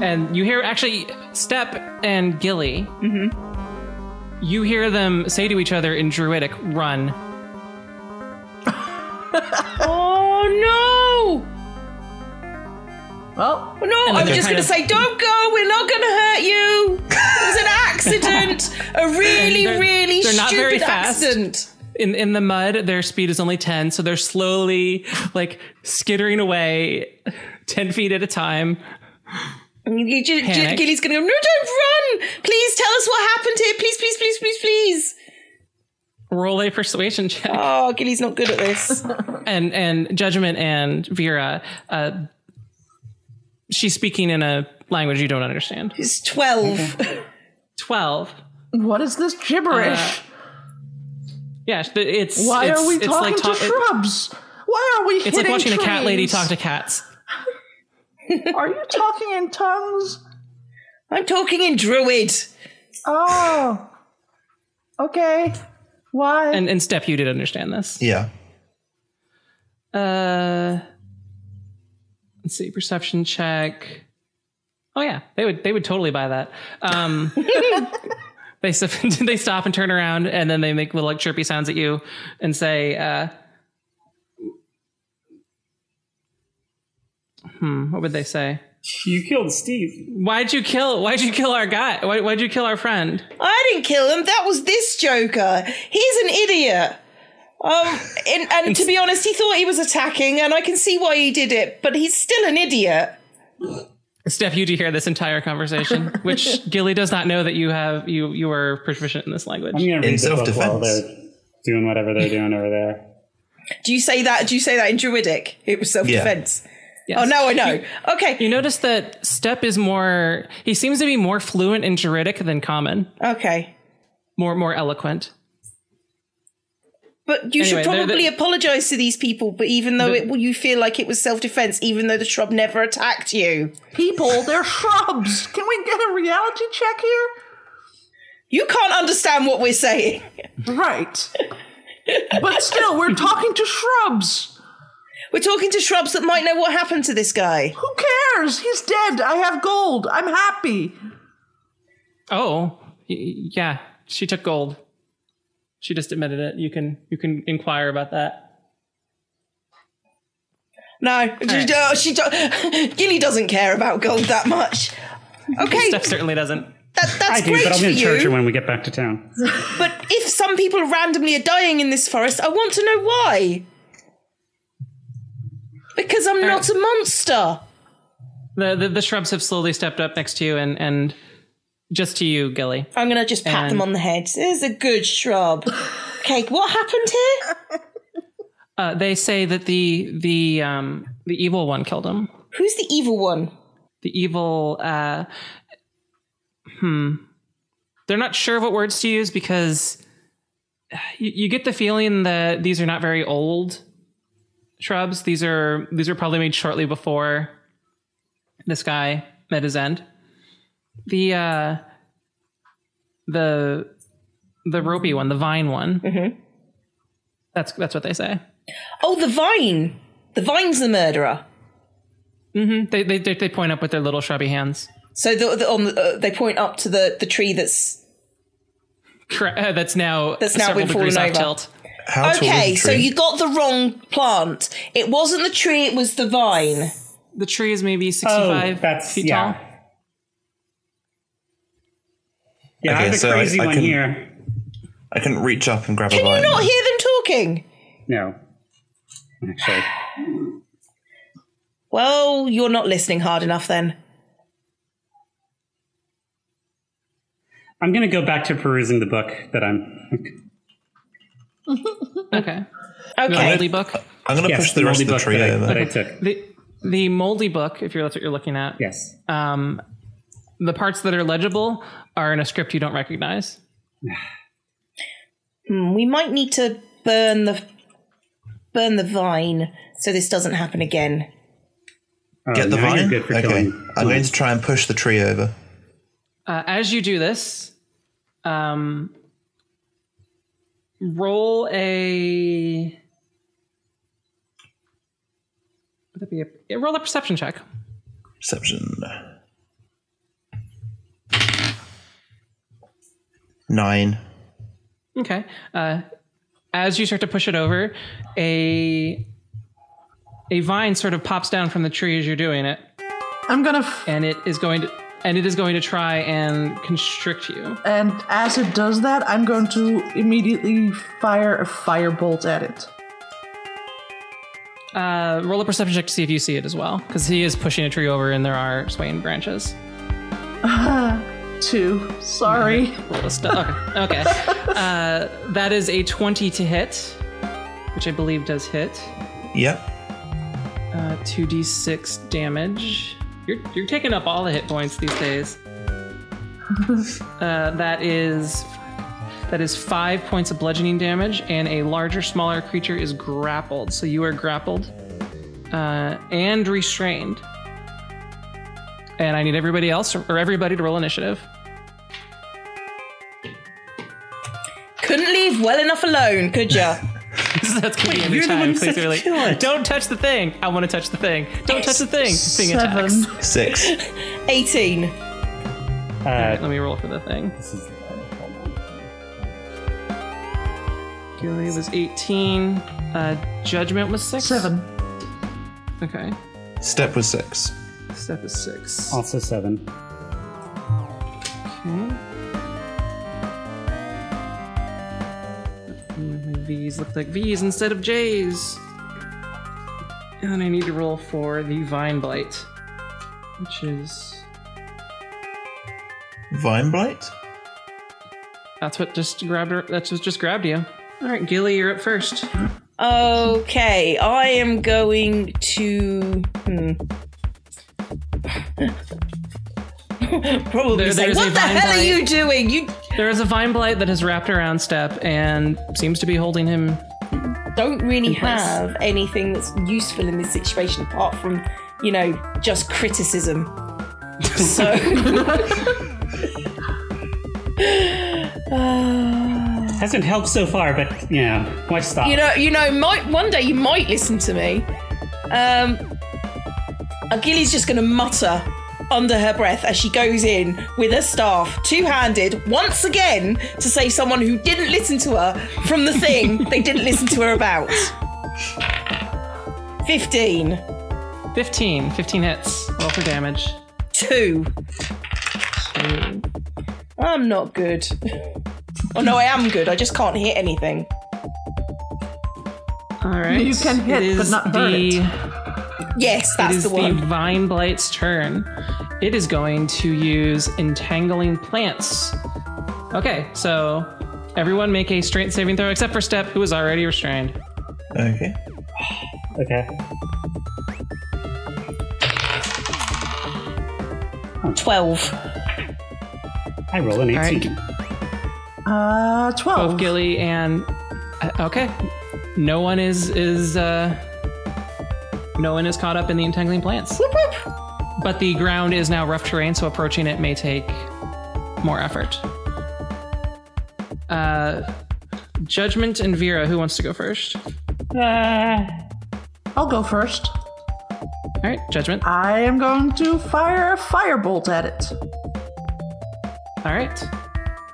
A: And you hear actually Step and Gilly. You hear them say to each other in Druidic, "Run!"
B: Oh no!
E: Well,
B: No, I'm
A: Okay.
B: just going to say, don't go. We're not going to hurt you. It was an accident. A really,
A: They're-
B: really
A: they're not very
B: stupid
A: fast.
B: accident.
A: in in the mud their speed is only 10 so they're slowly like skittering away 10 feet at a time
B: You ju- ju-
A: Panic.
B: Gilly's going to go, no, don't run. Please tell us what happened here. Please, please, please, please, please.
A: roll a persuasion check
D: Ah.
B: Oh, Gilly's not good at this.
A: and and judgment and vera uh, she's speaking in a language you don't understand
B: It's 12.
A: 12
E: what is this gibberish?
A: Uh, yeah th- it's
E: Why
A: it's-
E: are we
A: it's
E: talking
A: like
E: to
A: ta- it-
E: shrubs? Why are we
A: it's like
E: hitting
A: watching a cat lady
E: trees?
A: talk to cats
E: Are you talking in tongues?
B: I'm talking in Druid.
E: Oh. Okay. Why?
A: and and step you did understand this
C: Yeah.
A: Uh, let's see, perception check. Oh yeah, they would they would totally buy that. Um, they stop, they stop and turn around, and then they make little like chirpy sounds at you and say, uh, "Hmm, what would they say?
F: You killed Steve.
A: Why'd you kill? Why'd you kill our guy? Why, why'd you kill our friend?
B: I didn't kill him. That was this Joker. He's an idiot. Um, and, and to be honest, he thought he was attacking, and I can see why he did it, but he's still an idiot.
A: Steph, you do hear this entire conversation, which Gilly does not know that you have you you are proficient in this language.
F: I'm going to
C: In
F: read the book while
C: self-defense.
F: they're doing whatever they're doing over there.
B: Do you say that? Do you say that in Druidic? It was self defense.
A: Yes.
B: Oh, now I know. Okay.
A: You notice that Step is more. He seems to be more fluent in juridic than common.
B: Okay.
A: More more eloquent.
B: But you
A: Anyway,
B: should
A: they're-
B: probably
A: they're-
B: apologize to these people. But even though it, you feel like it was self defense, even though the shrub never attacked you,
E: People, they're shrubs. Can we get a reality check here?
B: you can't understand what we're saying.
E: Right. But still, we're talking to shrubs.
B: We're talking to shrubs that might know what happened to this guy.
E: Who cares? He's dead. I have gold. I'm happy.
A: Oh, y- yeah. She took gold. She just admitted it. You can you can inquire about that.
B: No, she, do- she do- Gilly doesn't care about gold that much. Okay,
A: Steph certainly doesn't.
B: that,
F: I
B: that's
F: do,
B: great
F: but I'm
B: for
F: going to charge her
B: you.
F: when we get back to town.
B: But if some people randomly are dying in this forest, I want to know why. Because I'm not a monster.
A: The, the the shrubs have slowly stepped up next to you and and just to you, Gilly.
B: I'm gonna just pat them
A: And-
B: on the head. This is a good shrub. Okay, what happened here?
A: Uh, they say that the the um the evil one killed him.
B: Who's the evil one?
A: The evil uh hmm. They're not sure what words to use because you, you get the feeling that these are not very old shrubs. These are these are probably made shortly before this guy met his end. The uh the the ropey one, the vine one.
B: Mm-hmm.
A: That's that's what they say.
B: Oh, the vine. The vine's the murderer.
A: Mm-hmm. They they they they point up with their little shrubby hands.
B: So the, the, on the, uh, they point up to the, the tree that's.
A: Cra- uh, that's now
B: That's now
A: several
B: been fallen
A: degrees off
B: over.
A: tilt.
C: How tall
B: Okay,
C: is the
B: so
C: tree?
B: you got the wrong plant. It wasn't the tree, it was the vine.
A: The tree is maybe
F: Oh,
A: sixty-five
F: that's
A: feet
F: yeah.
A: tall.
F: Yeah,
C: Okay,
F: I'm the
C: so I-
F: crazy
C: I
F: one
C: can-
F: here.
C: I couldn't reach up and grab a
B: Can
C: vine.
B: you not hear them talking?
F: No, actually,
B: Well, you're not listening hard enough then.
F: I'm going to go back to perusing the book that I'm.
A: Okay, the
B: Okay.
A: moldy book.
C: I'm going to
F: Yes,
C: push the rest
F: moldy
C: of the
F: book
C: tree
F: that I,
C: over.
F: that
B: uh,
F: I took.
A: The the moldy book, if you're that's what you're looking at.
F: Yes.
A: Um, the parts that are legible are in a script you don't recognize.
B: Hmm, we might need to burn the burn the vine so this doesn't happen again.
F: Oh,
C: Get the
F: now
C: vine?
F: You're good for
C: okay.
F: killing.
C: I'm going to try and push the tree over.
A: Uh, as you do this, um, roll a. Would that be a yeah, roll a perception check?
C: Perception. Nine.
A: Okay. Uh, as you start to push it over, a a vine sort of pops down from the tree as you're doing it,
E: I'm gonna. F-
A: and it is going to and it is going to try and constrict you.
E: and as it does that, I'm going to immediately fire a firebolt at it.
A: Uh, roll a perception check to see if you see it as well, because he is pushing a tree over, and there are swaying branches.
E: Two. Sorry.
A: Roll a stu- okay. okay. Uh, that is a twenty to hit, which I believe does hit.
C: Yep.
A: two d six damage. You're you're taking up all the hit points these days. uh, that is that is five points of bludgeoning damage, and a larger, smaller creature is grappled. So you are grappled uh, and restrained. And I need everybody else or everybody to roll initiative.
B: Couldn't leave well enough alone, could ya?
A: That's gonna be every
F: you're the
A: time.
F: one who
A: Please,
F: said
A: they're like,
F: kill it.
A: don't touch the thing. I want to touch the thing. Don't touch the thing. Thing attacks.
E: Seven.
C: Six.
B: 18.
F: Uh,
A: Let me roll for the thing.
F: this is-
A: Gilly was 18. Uh, judgment was 6?
E: Seven.
A: Okay.
C: Step was six.
A: Step is 6.
F: also seven.
A: Okay. My V's look like V's instead of J's. And then I need to roll for the Vine Blight, which is.
C: Vine blight?
A: That's what just grabbed her. That's what just grabbed you. All right, Gilly, you're up first.
B: Okay, I am going to. Hmm. Probably
A: There-
B: say,
A: there's a
B: what the
A: vine
B: hell are
A: bite."
B: you doing? You
A: There is a vine blight that has wrapped around Step and seems to be holding him.
B: don't really
A: place.
B: have anything that's useful in this situation apart from, you know, just criticism. so. Uh,
F: Hasn't helped so far, but you know, why stop?
B: you know, you know, might one day you might listen to me. Um, Achilles just going to mutter under her breath as she goes in with her staff, two-handed, once again to save someone who didn't listen to her from the thing they didn't listen to her about. Fifteen.
A: 15. 15 hits. Roll for damage.
B: two. I'm not good. Oh no, I am good. I just can't hit anything.
A: All right.
E: You can hit,
A: It
E: but
A: is
E: not hurt
A: the,
E: it.
B: Yes,
A: It
B: that's
A: is
B: the
A: the,
B: one.
A: Vine Blight's turn. It is going to use Entangling Plants. Okay, so everyone make a strength saving throw except for Step, who is already restrained.
C: Okay.
F: Okay.
B: Twelve.
F: I roll an
A: All right.
F: 18.
E: Uh,
A: Both
E: 12.
A: Gilly and uh, okay, no one is is uh, no one is caught up in the Entangling Plants. But the ground is now rough terrain, so approaching it may take more effort. Uh, Judgment and Vera, who wants to go first?
E: I'll go first.
A: All right, Judgment.
E: I am going to fire a firebolt at it.
A: All right.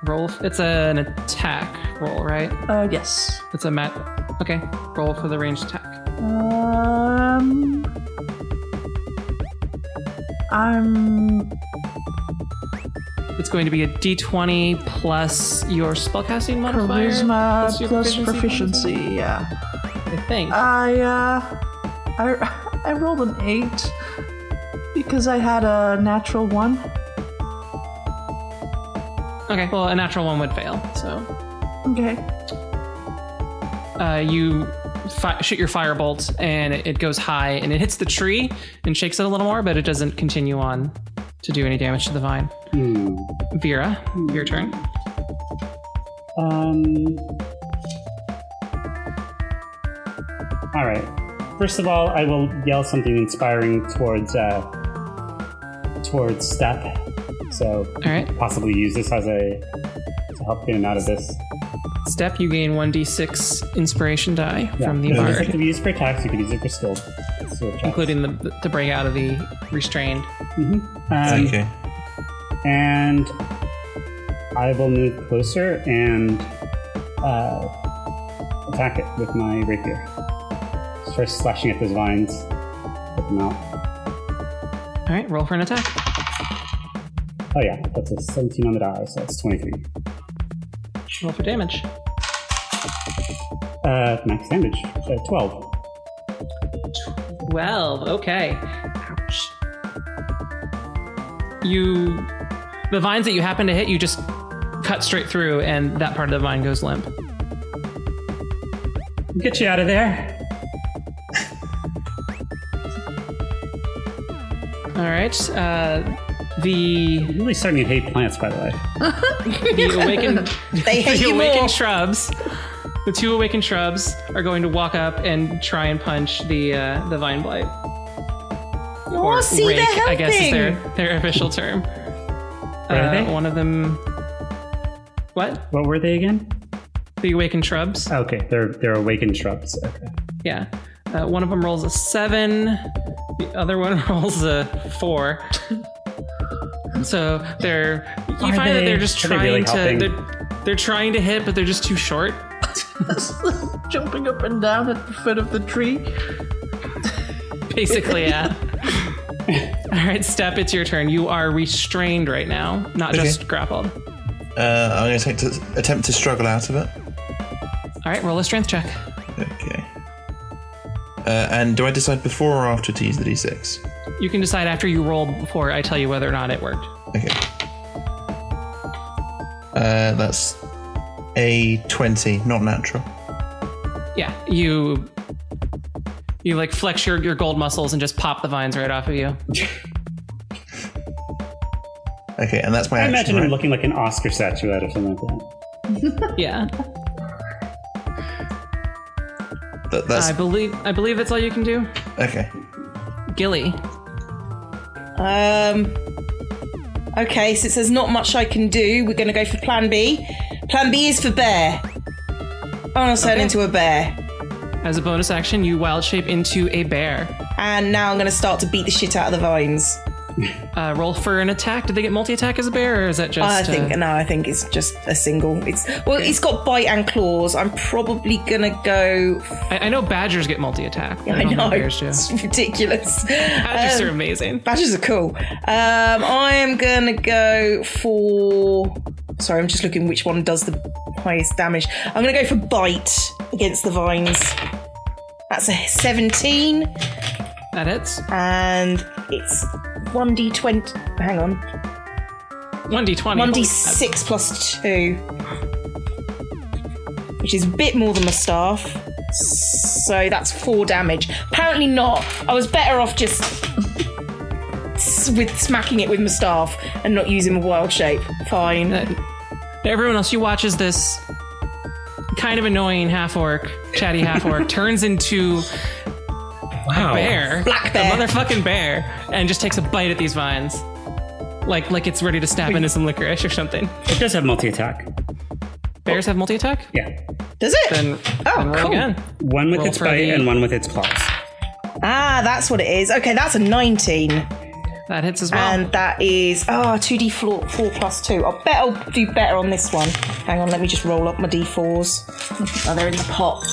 A: Roll. It's an attack roll, right?
E: Uh, yes.
A: It's a mat. Okay. Roll for the ranged attack.
E: Um, I'm
A: It's going to be a d20 plus your spellcasting modifier.
E: charisma
A: your
E: plus
A: proficiency
E: proficiency. Yeah.
A: bonus, I think.
E: I uh, I I rolled an eight because I had a natural one.
A: okay. Well, a natural one would fail. So
E: Okay.
A: uh, you fi- shoot your firebolt, and it, it goes high, and it hits the tree and shakes it a little more, but it doesn't continue on to do any damage to the vine.
F: Hmm.
A: Vera, your turn.
F: Um. All right. First of all, I will yell something inspiring towards uh, towards Step. So
A: All right.
F: possibly use this as a to help get him out of this.
A: Step, you gain 1d6 inspiration die
F: Yeah.
A: from the
F: You can
A: bard.
F: use it to be used for attacks. You can use it for skill. skill checks.
A: including the, to break out of the restrained.
F: Um,
C: okay.
F: and I will move closer and uh, attack it with my rapier. Start slashing at those vines. Rip them out.
A: All right, roll for an attack.
F: Oh yeah, that's a 17 on the die, so that's 23.
A: Roll for damage.
F: Uh, max damage, uh, 12.
A: Well, okay. Ouch. You, the vines that you happen to hit, you just cut straight through, and that part of the vine goes limp.
F: Get you out of there.
A: All right. Uh, the
F: I'm really starting to hate plants, by the way.
A: the awakened
B: They
A: the
B: hate you
A: awakened
B: more.
A: shrubs. The two awakened shrubs are going to walk up and try and punch the uh, the vine blight.
B: Oh, see,
A: rake,
B: they're helping.
A: I guess is their their official term.
F: Really?
A: Uh, one of them. What?
F: What were they again?
A: The awakened shrubs.
F: Okay, they're they're awakened shrubs. Okay.
A: Yeah. Uh, one of them rolls a seven. The other one rolls a four. so they're. You
F: Are
A: find that
F: they-
A: they're just
F: are they really
A: trying to.
F: helping?
A: They're, they're trying to hit, but they're just too short.
E: Jumping up and down at the foot of the tree.
A: Basically, yeah. All right, Step, it's your turn. You are restrained right now, not just grappled.
C: Uh, I'm going to attempt to attempt to struggle out of it.
A: All right, roll a strength check.
C: Okay. Uh, and do I decide before or after to use the d6?
A: You can decide after you roll before I tell you whether or not it worked.
C: Okay. Uh, that's a 20, not natural.
A: Yeah, you You like flex your, your gold muscles and just pop the vines right off of you.
C: Okay, and that's my
F: I
C: action.
F: imagine him
C: right?
F: looking like an Oscar statuette or something like that.
A: Yeah.
C: That- that's
A: I believe I believe that's all you can do.
C: okay.
A: Gilly.
D: Um. Okay, since there's not much I can do, we're going to go for Plan B. Plan B is for bear. Oh, I want to turn into a bear,
A: As a bonus action, you wild shape into a bear.
D: and now I'm going to start to beat the shit out of the vines.
A: Uh, roll for an attack. Did they get multi attack as a bear, or is that just?
D: I think
A: uh,
D: no, I think it's just a single. It's well, it's got bite and claws. I'm probably gonna go.
A: I, I know badgers get multi attack.
D: I,
A: don't
D: know
A: think bears do.
D: it's ridiculous.
A: Badgers
D: Um,
A: are amazing.
D: Badgers are cool. Um, I am gonna go for. Sorry, I'm just looking which one does the highest damage. I'm gonna go for bite against the vines. That's a 17,
A: That hits.
D: and it's 1d20. Hang on,
A: One d twenty.
D: 1d6 plus two, which is a bit more than my staff. So that's four damage. Apparently not. I was better off just s- with smacking it with my staff and not using my wild shape. Fine.
A: Everyone else, you watch as this kind of annoying half orc, chatty half orc, turns into
F: Wow.
A: bear,
D: Black bear.
A: a motherfucking bear, and just takes a bite at these vines, like like it's ready to snap into some licorice or something.
F: It does have multi attack.
A: Bears have multi attack.
F: Yeah.
D: Does it?
A: Then
D: oh,
A: then roll
D: cool.
A: again.
F: One with
A: Roll
F: its
A: for
F: bite
A: the-
F: and one with its claws.
D: Ah, that's what it is. Okay, that's a 19.
A: Oh. That hits as well.
D: And that is, ah, 2d4 four plus 2. I bet I'll do better on this one. Hang on, let me just roll up my d4s. Oh, they're in the pot.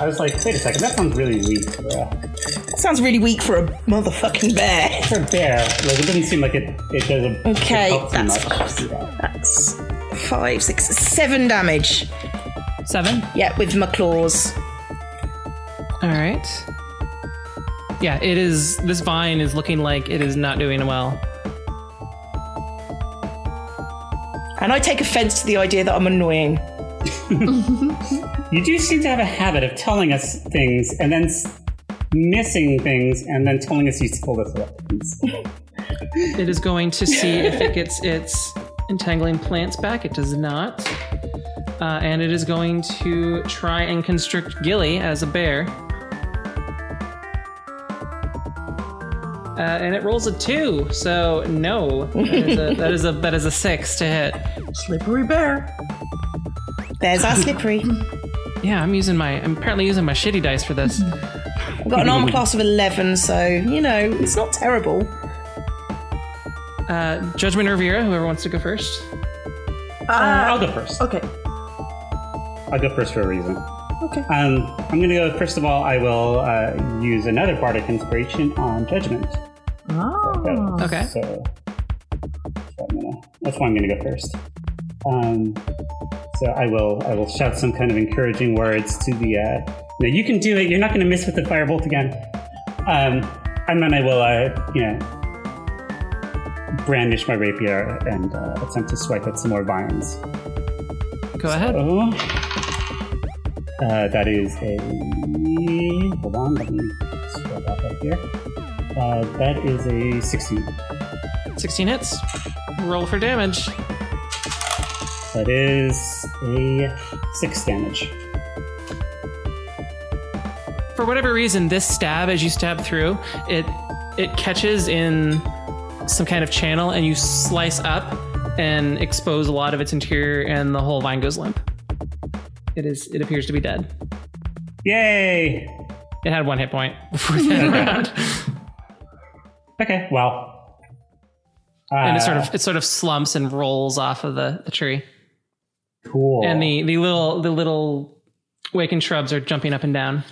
F: I was like, wait a second, that sounds really weak for a,
D: Sounds really weak for a motherfucking bear.
F: for a bear. Like, it doesn't seem like it, it does a,
D: Okay,
F: it helps you
D: that's-
F: much. to do that.
D: That's five, six, seven damage.
A: Seven.
D: Yeah, with my claws.
A: All right. Yeah, it is. This vine is looking like it is not doing well.
D: And I take offense to the idea that I'm annoying.
F: You do seem to have a habit of telling us things and then s- missing things and then telling us you told us about things.
A: It is going to see if it gets its entangling plants back. It does not. Uh, and it is going to try and constrict Gilly as a bear. Uh, and it rolls a two, so no. That is a, that is a, that is a six to hit.
E: Slippery bear.
D: There's our slippery.
A: Yeah, I'm using my. I'm apparently using my shitty dice for this.
D: I've got an armor class of 11, so, you know, it's not terrible.
A: Uh, Judgment or Vera, whoever wants to go first.
F: Um, I'll go first.
E: Okay.
F: I'll go first for a reason. Okay. Um, I'm going to go, first of all, I will uh, use another bardic inspiration on Judgment.
E: Oh.
A: Okay.
F: So, so I'm gonna, that's why I'm going to go first. Um, so I will I will shout some kind of encouraging words to the. Uh, no, you can do it. You're not going to miss with the firebolt again. Um, and then I will, uh, you know, brandish my rapier and uh, attempt to swipe at some more vines.
A: Go ahead.
F: Oh. Uh, that is a. Hold on, let me scroll back up here. Uh, that is a 16.
A: 16 hits. Roll for damage.
F: That is a 6 damage.
A: for whatever reason, this stab as you stab through, it it catches in some kind of channel and you slice up and expose a lot of its interior and the whole vine goes limp. It is it appears to be dead.
F: Yay!
A: It had one hit point before the end of the round.
F: Okay, well. Uh,
A: And it sort of it sort of slumps and rolls off of the, the tree.
F: Ah, Cool.
A: And the, the little the little waken shrubs are jumping up and down.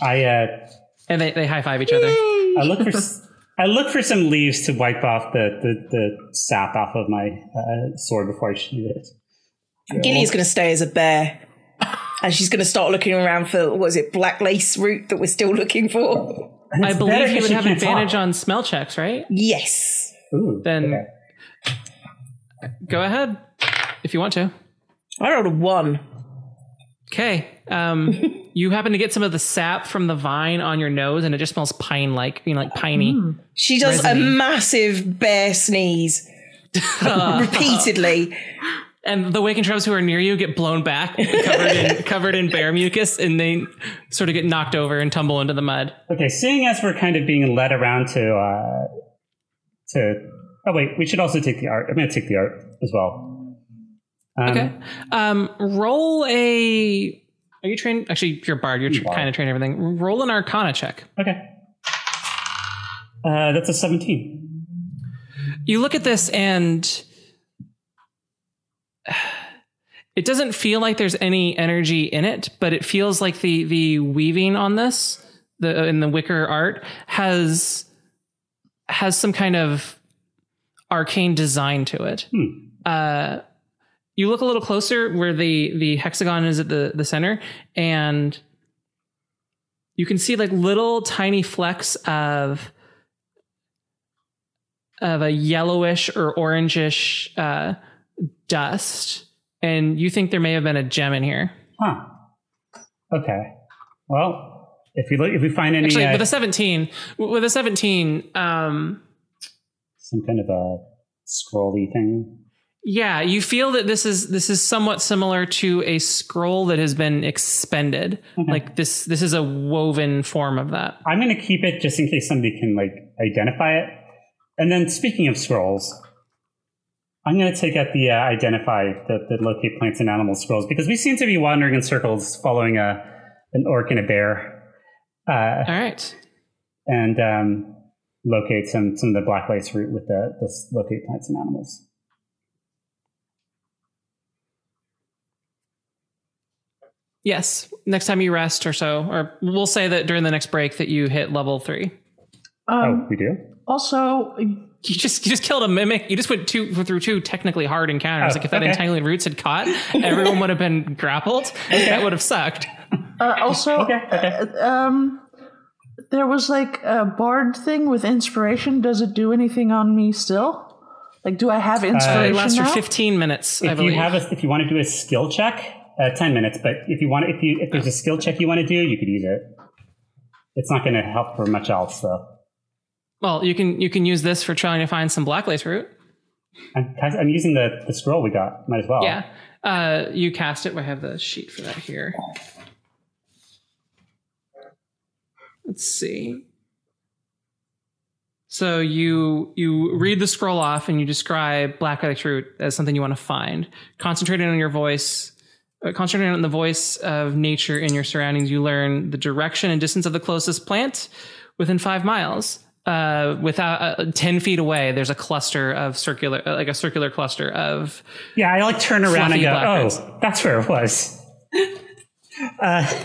F: I, uh,
A: And they, they high five each other.
F: I look for. s- I look for some leaves to wipe off the, the, the sap off of my uh, sword before I shoot it.
D: Gilly's going to stay as a bear. And she's going to start looking around for, what is it, black lace root that we're still looking for?
A: I
F: It's
A: believe
F: better
A: you
F: 'cause
A: would
F: she
A: have
F: can't
A: advantage
F: talk.
A: on smell checks, right?
D: Yes.
F: Ooh,
A: Then
F: okay.
A: go ahead if you want to.
D: I rolled a 1.
A: Okay. Um, you happen to get some of the sap from the vine on your nose, and it just smells pine like, you know, like piney.
F: Mm.
B: She does a
A: Resonate.
B: massive bear sneeze repeatedly.
A: And the waking traps who are near you get blown back, covered in covered in bear mucus, and they sort of get knocked over and tumble into the mud.
F: Okay, seeing as we're kind of being led around to uh, to oh wait, we should also take the art. I'm going to take the art as well. Um,
A: Okay. Um, roll a. Are you trained? Actually, you're bard. You're tr- kind of trained in everything. Roll an Arcana check.
F: Okay. Uh, that's a 17.
A: you look at this and it doesn't feel like there's any energy in it, but it feels like the the weaving on this, the in the wicker art has has some kind of arcane design to it. Uh, you look a little closer where the the hexagon is at the the center, and you can see like little tiny flecks of of a yellowish or orangish uh, dust, and you think there may have been a gem in here.
F: Huh. Okay. Well, if we look, if we find any
A: Actually,
F: uh,
A: with a seventeen, w- with a seventeen, um,
F: some kind of a scrolly thing.
A: yeah, you feel that this is this is somewhat similar to a scroll that has been expended. Like this, this is a woven form of that.
F: I'm going to keep it just in case somebody can like identify it. And then speaking of scrolls, I'm going to take out the uh, identify the, the locate plants and animals scrolls because we seem to be wandering in circles following a an orc and a bear, uh,
A: All right,
F: and um, locate some some of the black lace root with the this locate plants and animals.
A: yes. Next time you rest or so, or we'll say that during the next break that you hit level three.
E: Um,
F: oh, we do.
E: Also,
A: You just you just killed a mimic. You just went two through two technically hard encounters.
F: Oh,
A: like if that
F: okay.
A: entangling roots had caught, everyone would have been grappled. That would have sucked.
E: uh, also,
F: Okay, okay.
E: uh, um, there was like a bard thing with inspiration. Does it do anything on me still? Like, do I have
A: It
E: inspiration
A: lasts Uh, for
E: now?
A: fifteen minutes, I
F: If you
A: believe.
F: have a, if you want to do a skill check, uh, ten minutes. But if you want, if you if there's a skill check you want to do, you could use it. It's not going to help for much else, though.
A: well, you can you can use this for trying to find some blacklace root.
F: I'm, I'm using the, the scroll we got. Might as well.
A: Yeah. Uh, you cast it. We have the sheet for that here. Let's see. So you you read the scroll off and you describe Black Alex Root as something you want to find. Concentrating on your voice, uh, concentrating on the voice of nature in your surroundings, you learn the direction and distance of the closest plant within five miles. Uh, without uh, ten feet away, there's a cluster of circular, uh, like a circular cluster of
F: Yeah. I like turn around
A: Fluffy
F: and go,
A: black
F: oh,
A: birds.
F: that's where it was. uh,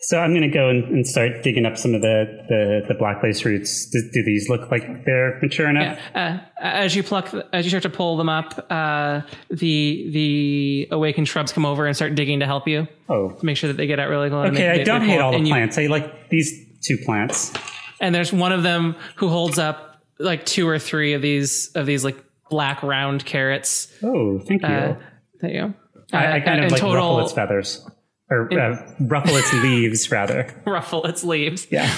F: so I'm going to go and, and start digging up some of the the, the black lace roots. Do, do these look like they're mature enough?
A: uh, as you pluck, as you start to pull them up, uh, the the awakened shrubs come over and start digging to help you
F: Oh.
A: to make sure that they get out really well. and
F: Okay.
A: they-
F: I
A: they-
F: don't
A: they
F: hate
A: pull
F: all
A: up,
F: the
A: and you-
F: plants. I like these two plants.
A: and there's one of them who holds up like two or three of these of these like black round carrots.
F: Oh, thank you.
A: Uh, there you go.
F: I, I
A: Uh,
F: kind
A: in
F: of like ruffle
A: total
F: its feathers, or uh, ruffle its leaves rather.
A: ruffle its leaves.
F: Yeah.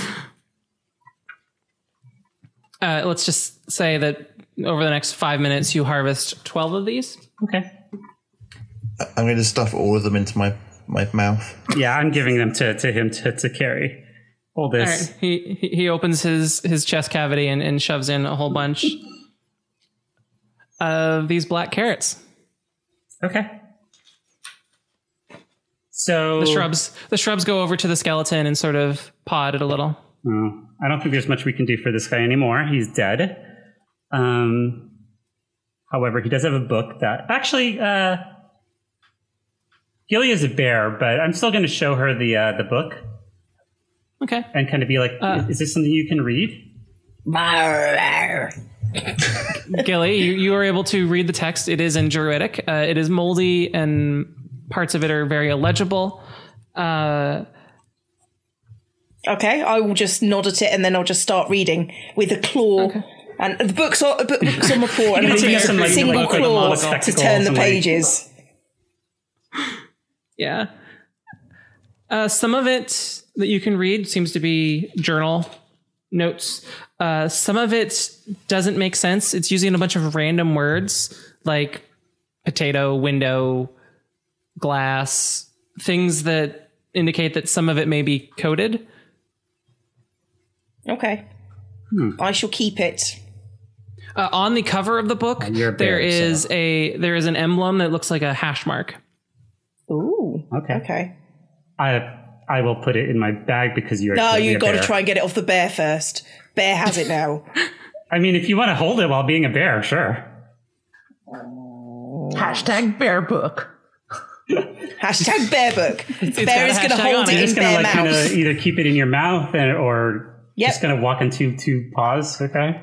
A: Uh, let's just say that over the next five minutes, you harvest twelve of these.
F: Okay.
C: I'm going to stuff all of them into my my mouth.
F: Yeah, I'm giving them to, to him to, to carry. Hold
A: All
F: this.
A: right. He he- he opens his his chest cavity and, and shoves in a whole bunch of these black carrots.
F: Okay. So
A: The shrubs the shrubs go over to the skeleton and sort of pod it a little.
F: Oh, I don't think there's much we can do for this guy anymore. He's dead. Um. However, he does have a book that actually. Uh, Gilly is a bear, but I'm still going to show her the uh, the book
A: Okay.
F: and kind of be like,
A: Uh.
F: "Is this something you can read?"
A: Gilly, you, you are able to read the text. It is in Druidic. Uh, it is moldy, and parts of it are very illegible. Uh,
B: Okay, I will just nod at it and then I'll just start reading with a claw. And the book's on, the book- book's on my paw, and
F: You
B: I'm
F: can
B: taking
F: take some,
B: a
F: like,
B: single
F: like, like,
B: claw
F: model
B: to
F: spectacles
B: turn the
F: and, like-
B: pages.
A: yeah. Uh, some of it that you can read seems to be journal notes. Uh, some of it doesn't make sense. It's using a bunch of random words like potato, window, glass, things that indicate that some of it may be coded.
B: Okay. I shall keep it.
A: Uh, on the cover of the book,
F: you're a
A: there
F: bear,
A: is a there is an emblem that looks like a hash mark.
B: Ooh.
F: Okay.
B: Okay.
F: I I will put it in my bag because you're.
B: No,
F: clearly
B: you
F: a
B: got to
F: bear.
B: try and get it off the bear first. Bear has it now.
F: I mean, if you want to hold it while being a bear, sure.
E: Hashtag bear book.
B: hashtag bear book. bear
A: got a
B: is going to
A: hashtag on
B: hold
A: it.
B: it
F: You're
B: in
F: just gonna
B: bear
F: like
B: mouth.
F: kinda either keep it in your mouth and, or
B: Yep.
F: just gonna walk in two two paws. Okay.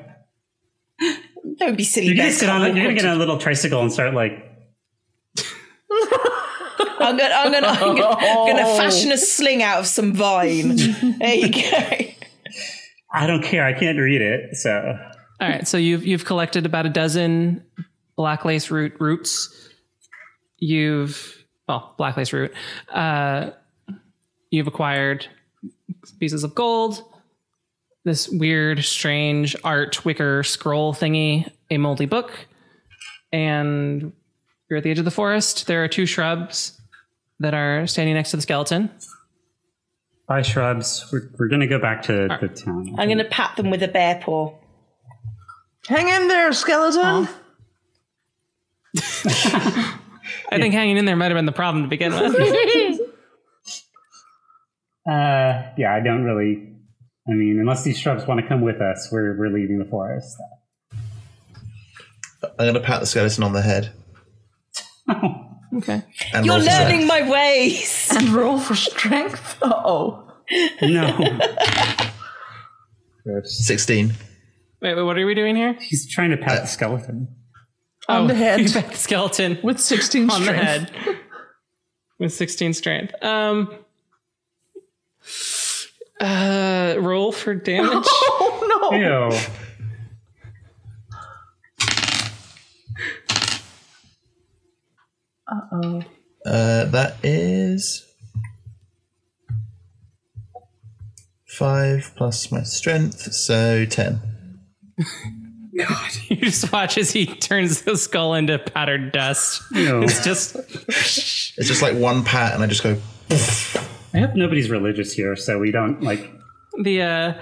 B: Don't be silly.
F: You're gonna
B: bears
F: sit on
B: can't
F: it. You're gonna
B: walk
F: get on a little tricycle and start like.
B: I'm gonna, I'm gonna, I'm gonna, gonna fashion a sling out of some vine. There you go.
F: I don't care. I can't read it. So
A: All right, so you've you've collected about a dozen black lace root roots. You've well, black lace root. Uh, you've acquired pieces of gold, this weird, strange art wicker scroll thingy, a moldy book, and you're at the edge of the forest. There are two shrubs that are standing next to the skeleton.
F: bye, shrubs. We're, we're gonna go back to the town.
B: I'm gonna pat them with a bear paw.
E: Hang in there, skeleton.
A: I think hanging in there might have been the problem to begin with.
F: Uh, yeah, I don't really. I mean, unless these shrubs want to come with us, we're we're leaving the forest.
C: I'm gonna pat the skeleton on the head.
A: okay.
C: And
B: You're
C: roll for
B: learning
C: strength.
B: my ways.
E: And roll for strength. Uh oh.
F: No,
C: sixteen.
A: Wait, wait, what are we doing here? Oh,
F: he's trying to
A: Uh,
F: pat the skeleton.
E: On the head.
A: You bet the skeleton
E: With 16
A: on the
E: strength.
A: head with 16 strength. Um, uh, roll for damage.
E: Oh no.
F: Ew.
C: Uh, that is five plus my strength, so ten.
A: you just watch as he turns the skull into powdered dust.
F: Ew.
A: It's just
C: It's just like one pat, and I just go.
F: I hope nobody's religious here, so we don't like.
A: the uh,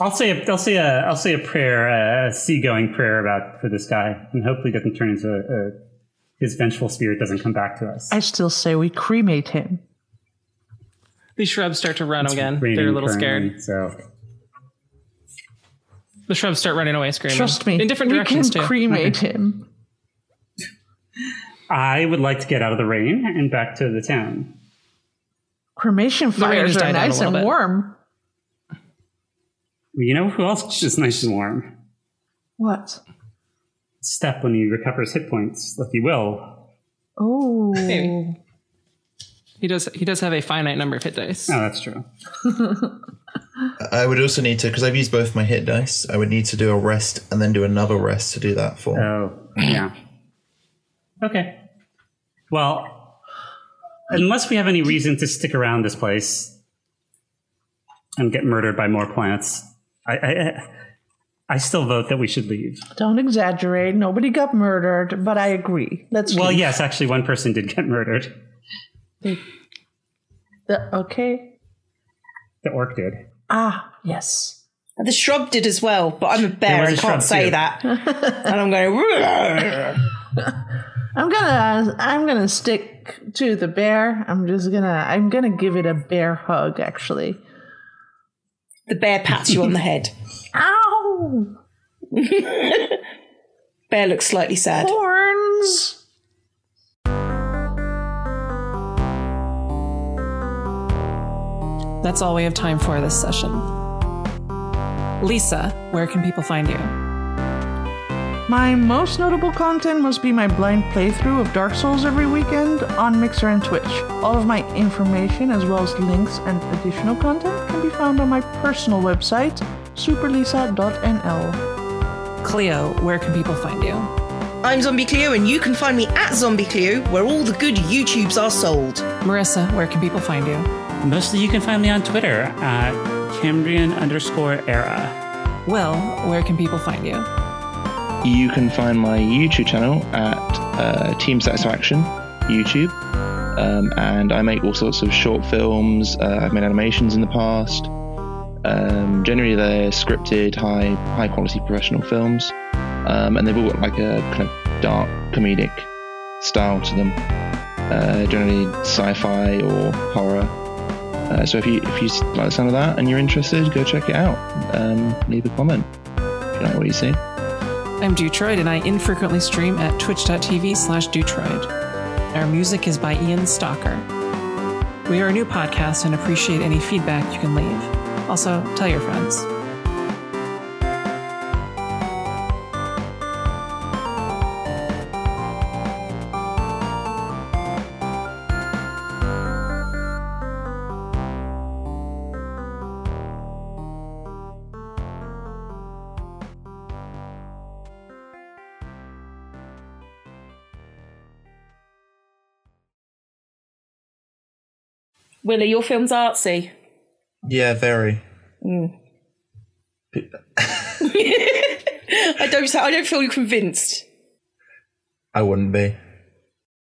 F: I'll say a, I'll say a I'll say a prayer, a seagoing prayer about for this guy, and hopefully doesn't turn into a, a his vengeful spirit doesn't come back to us.
E: I still say we cremate him.
A: the shrubs start to run again.
F: Raining
A: They're a little
F: currently,
A: scared.
F: So
A: The shrubs start running away, screaming.
E: Trust me.
A: in different
E: we
A: directions
E: can
A: too.
E: cremate him.
F: I would like to get out of the rain and back to the town.
E: Cremation fires
A: just died
E: are
A: down a
E: nice
A: little
E: and
A: bit.
E: warm.
F: You know who else is nice and warm?
E: What?
F: Step when he recovers hit points, if you will.
E: Oh.
A: Maybe. He does. He does have a finite number of hit dice.
F: Oh, that's true.
C: I would also need to because I've used both my hit dice. I would need to do a rest and then do another rest to do that for.
F: Oh, yeah. Okay. Well, unless we have any reason to stick around this place and get murdered by more plants, I, I, I still vote that we should leave.
E: Oh. Don't exaggerate. Nobody got murdered, but I agree. Let's
F: Well,
E: leave.
F: yes, actually, one person did get murdered.
E: The- okay.
F: The orc did.
E: Ah, yes.
B: The shrub did as well, but I'm a bear
F: was
B: and
F: a
B: can't
F: shrub
B: say
F: too.
B: that. and I'm going.
E: I'm gonna I'm gonna stick to the bear. I'm just gonna I'm gonna give it a bear hug actually.
B: The bear pats you on the head.
E: Ow!
B: Bear looks slightly sad.
E: Horns.
A: That's all we have time for this session. Lisa, where can people find you?
E: My most notable content must be my blind playthrough of Dark Souls every weekend on Mixer and Twitch. All of my information, as well as links and additional content, can be found on my personal website, superlisa.nl.
A: Cleo, where can people find you?
D: I'm Zombie Cleo, and you can find me at Zombie Cleo, where all the good YouTubes are sold.
G: Marissa, where can people find you?
F: Mostly you can find me on Twitter at Cambrian underscore era.
G: Will, where can people find you?
C: You can find my YouTube channel at uh, Team Satisfaction YouTube, um, and I make all sorts of short films. Uh, I've made animations in the past. Um, generally, they're scripted, high high quality professional films, um, and they've all got like a kind of dark comedic style to them. Uh, generally, sci-fi or horror. Uh, so if you if you like the sound of that and you're interested, go check it out. Um, leave a comment if you like what you see.
G: I'm Dutroid, and I infrequently stream at twitch.tv slash Dutroid. Our music is by Ian Stalker. We are a new podcast and appreciate any feedback you can leave. Also, tell your friends.
B: Willie, your film's artsy.
H: Yeah, very.
B: I don't. I don't feel convinced.
H: I wouldn't be.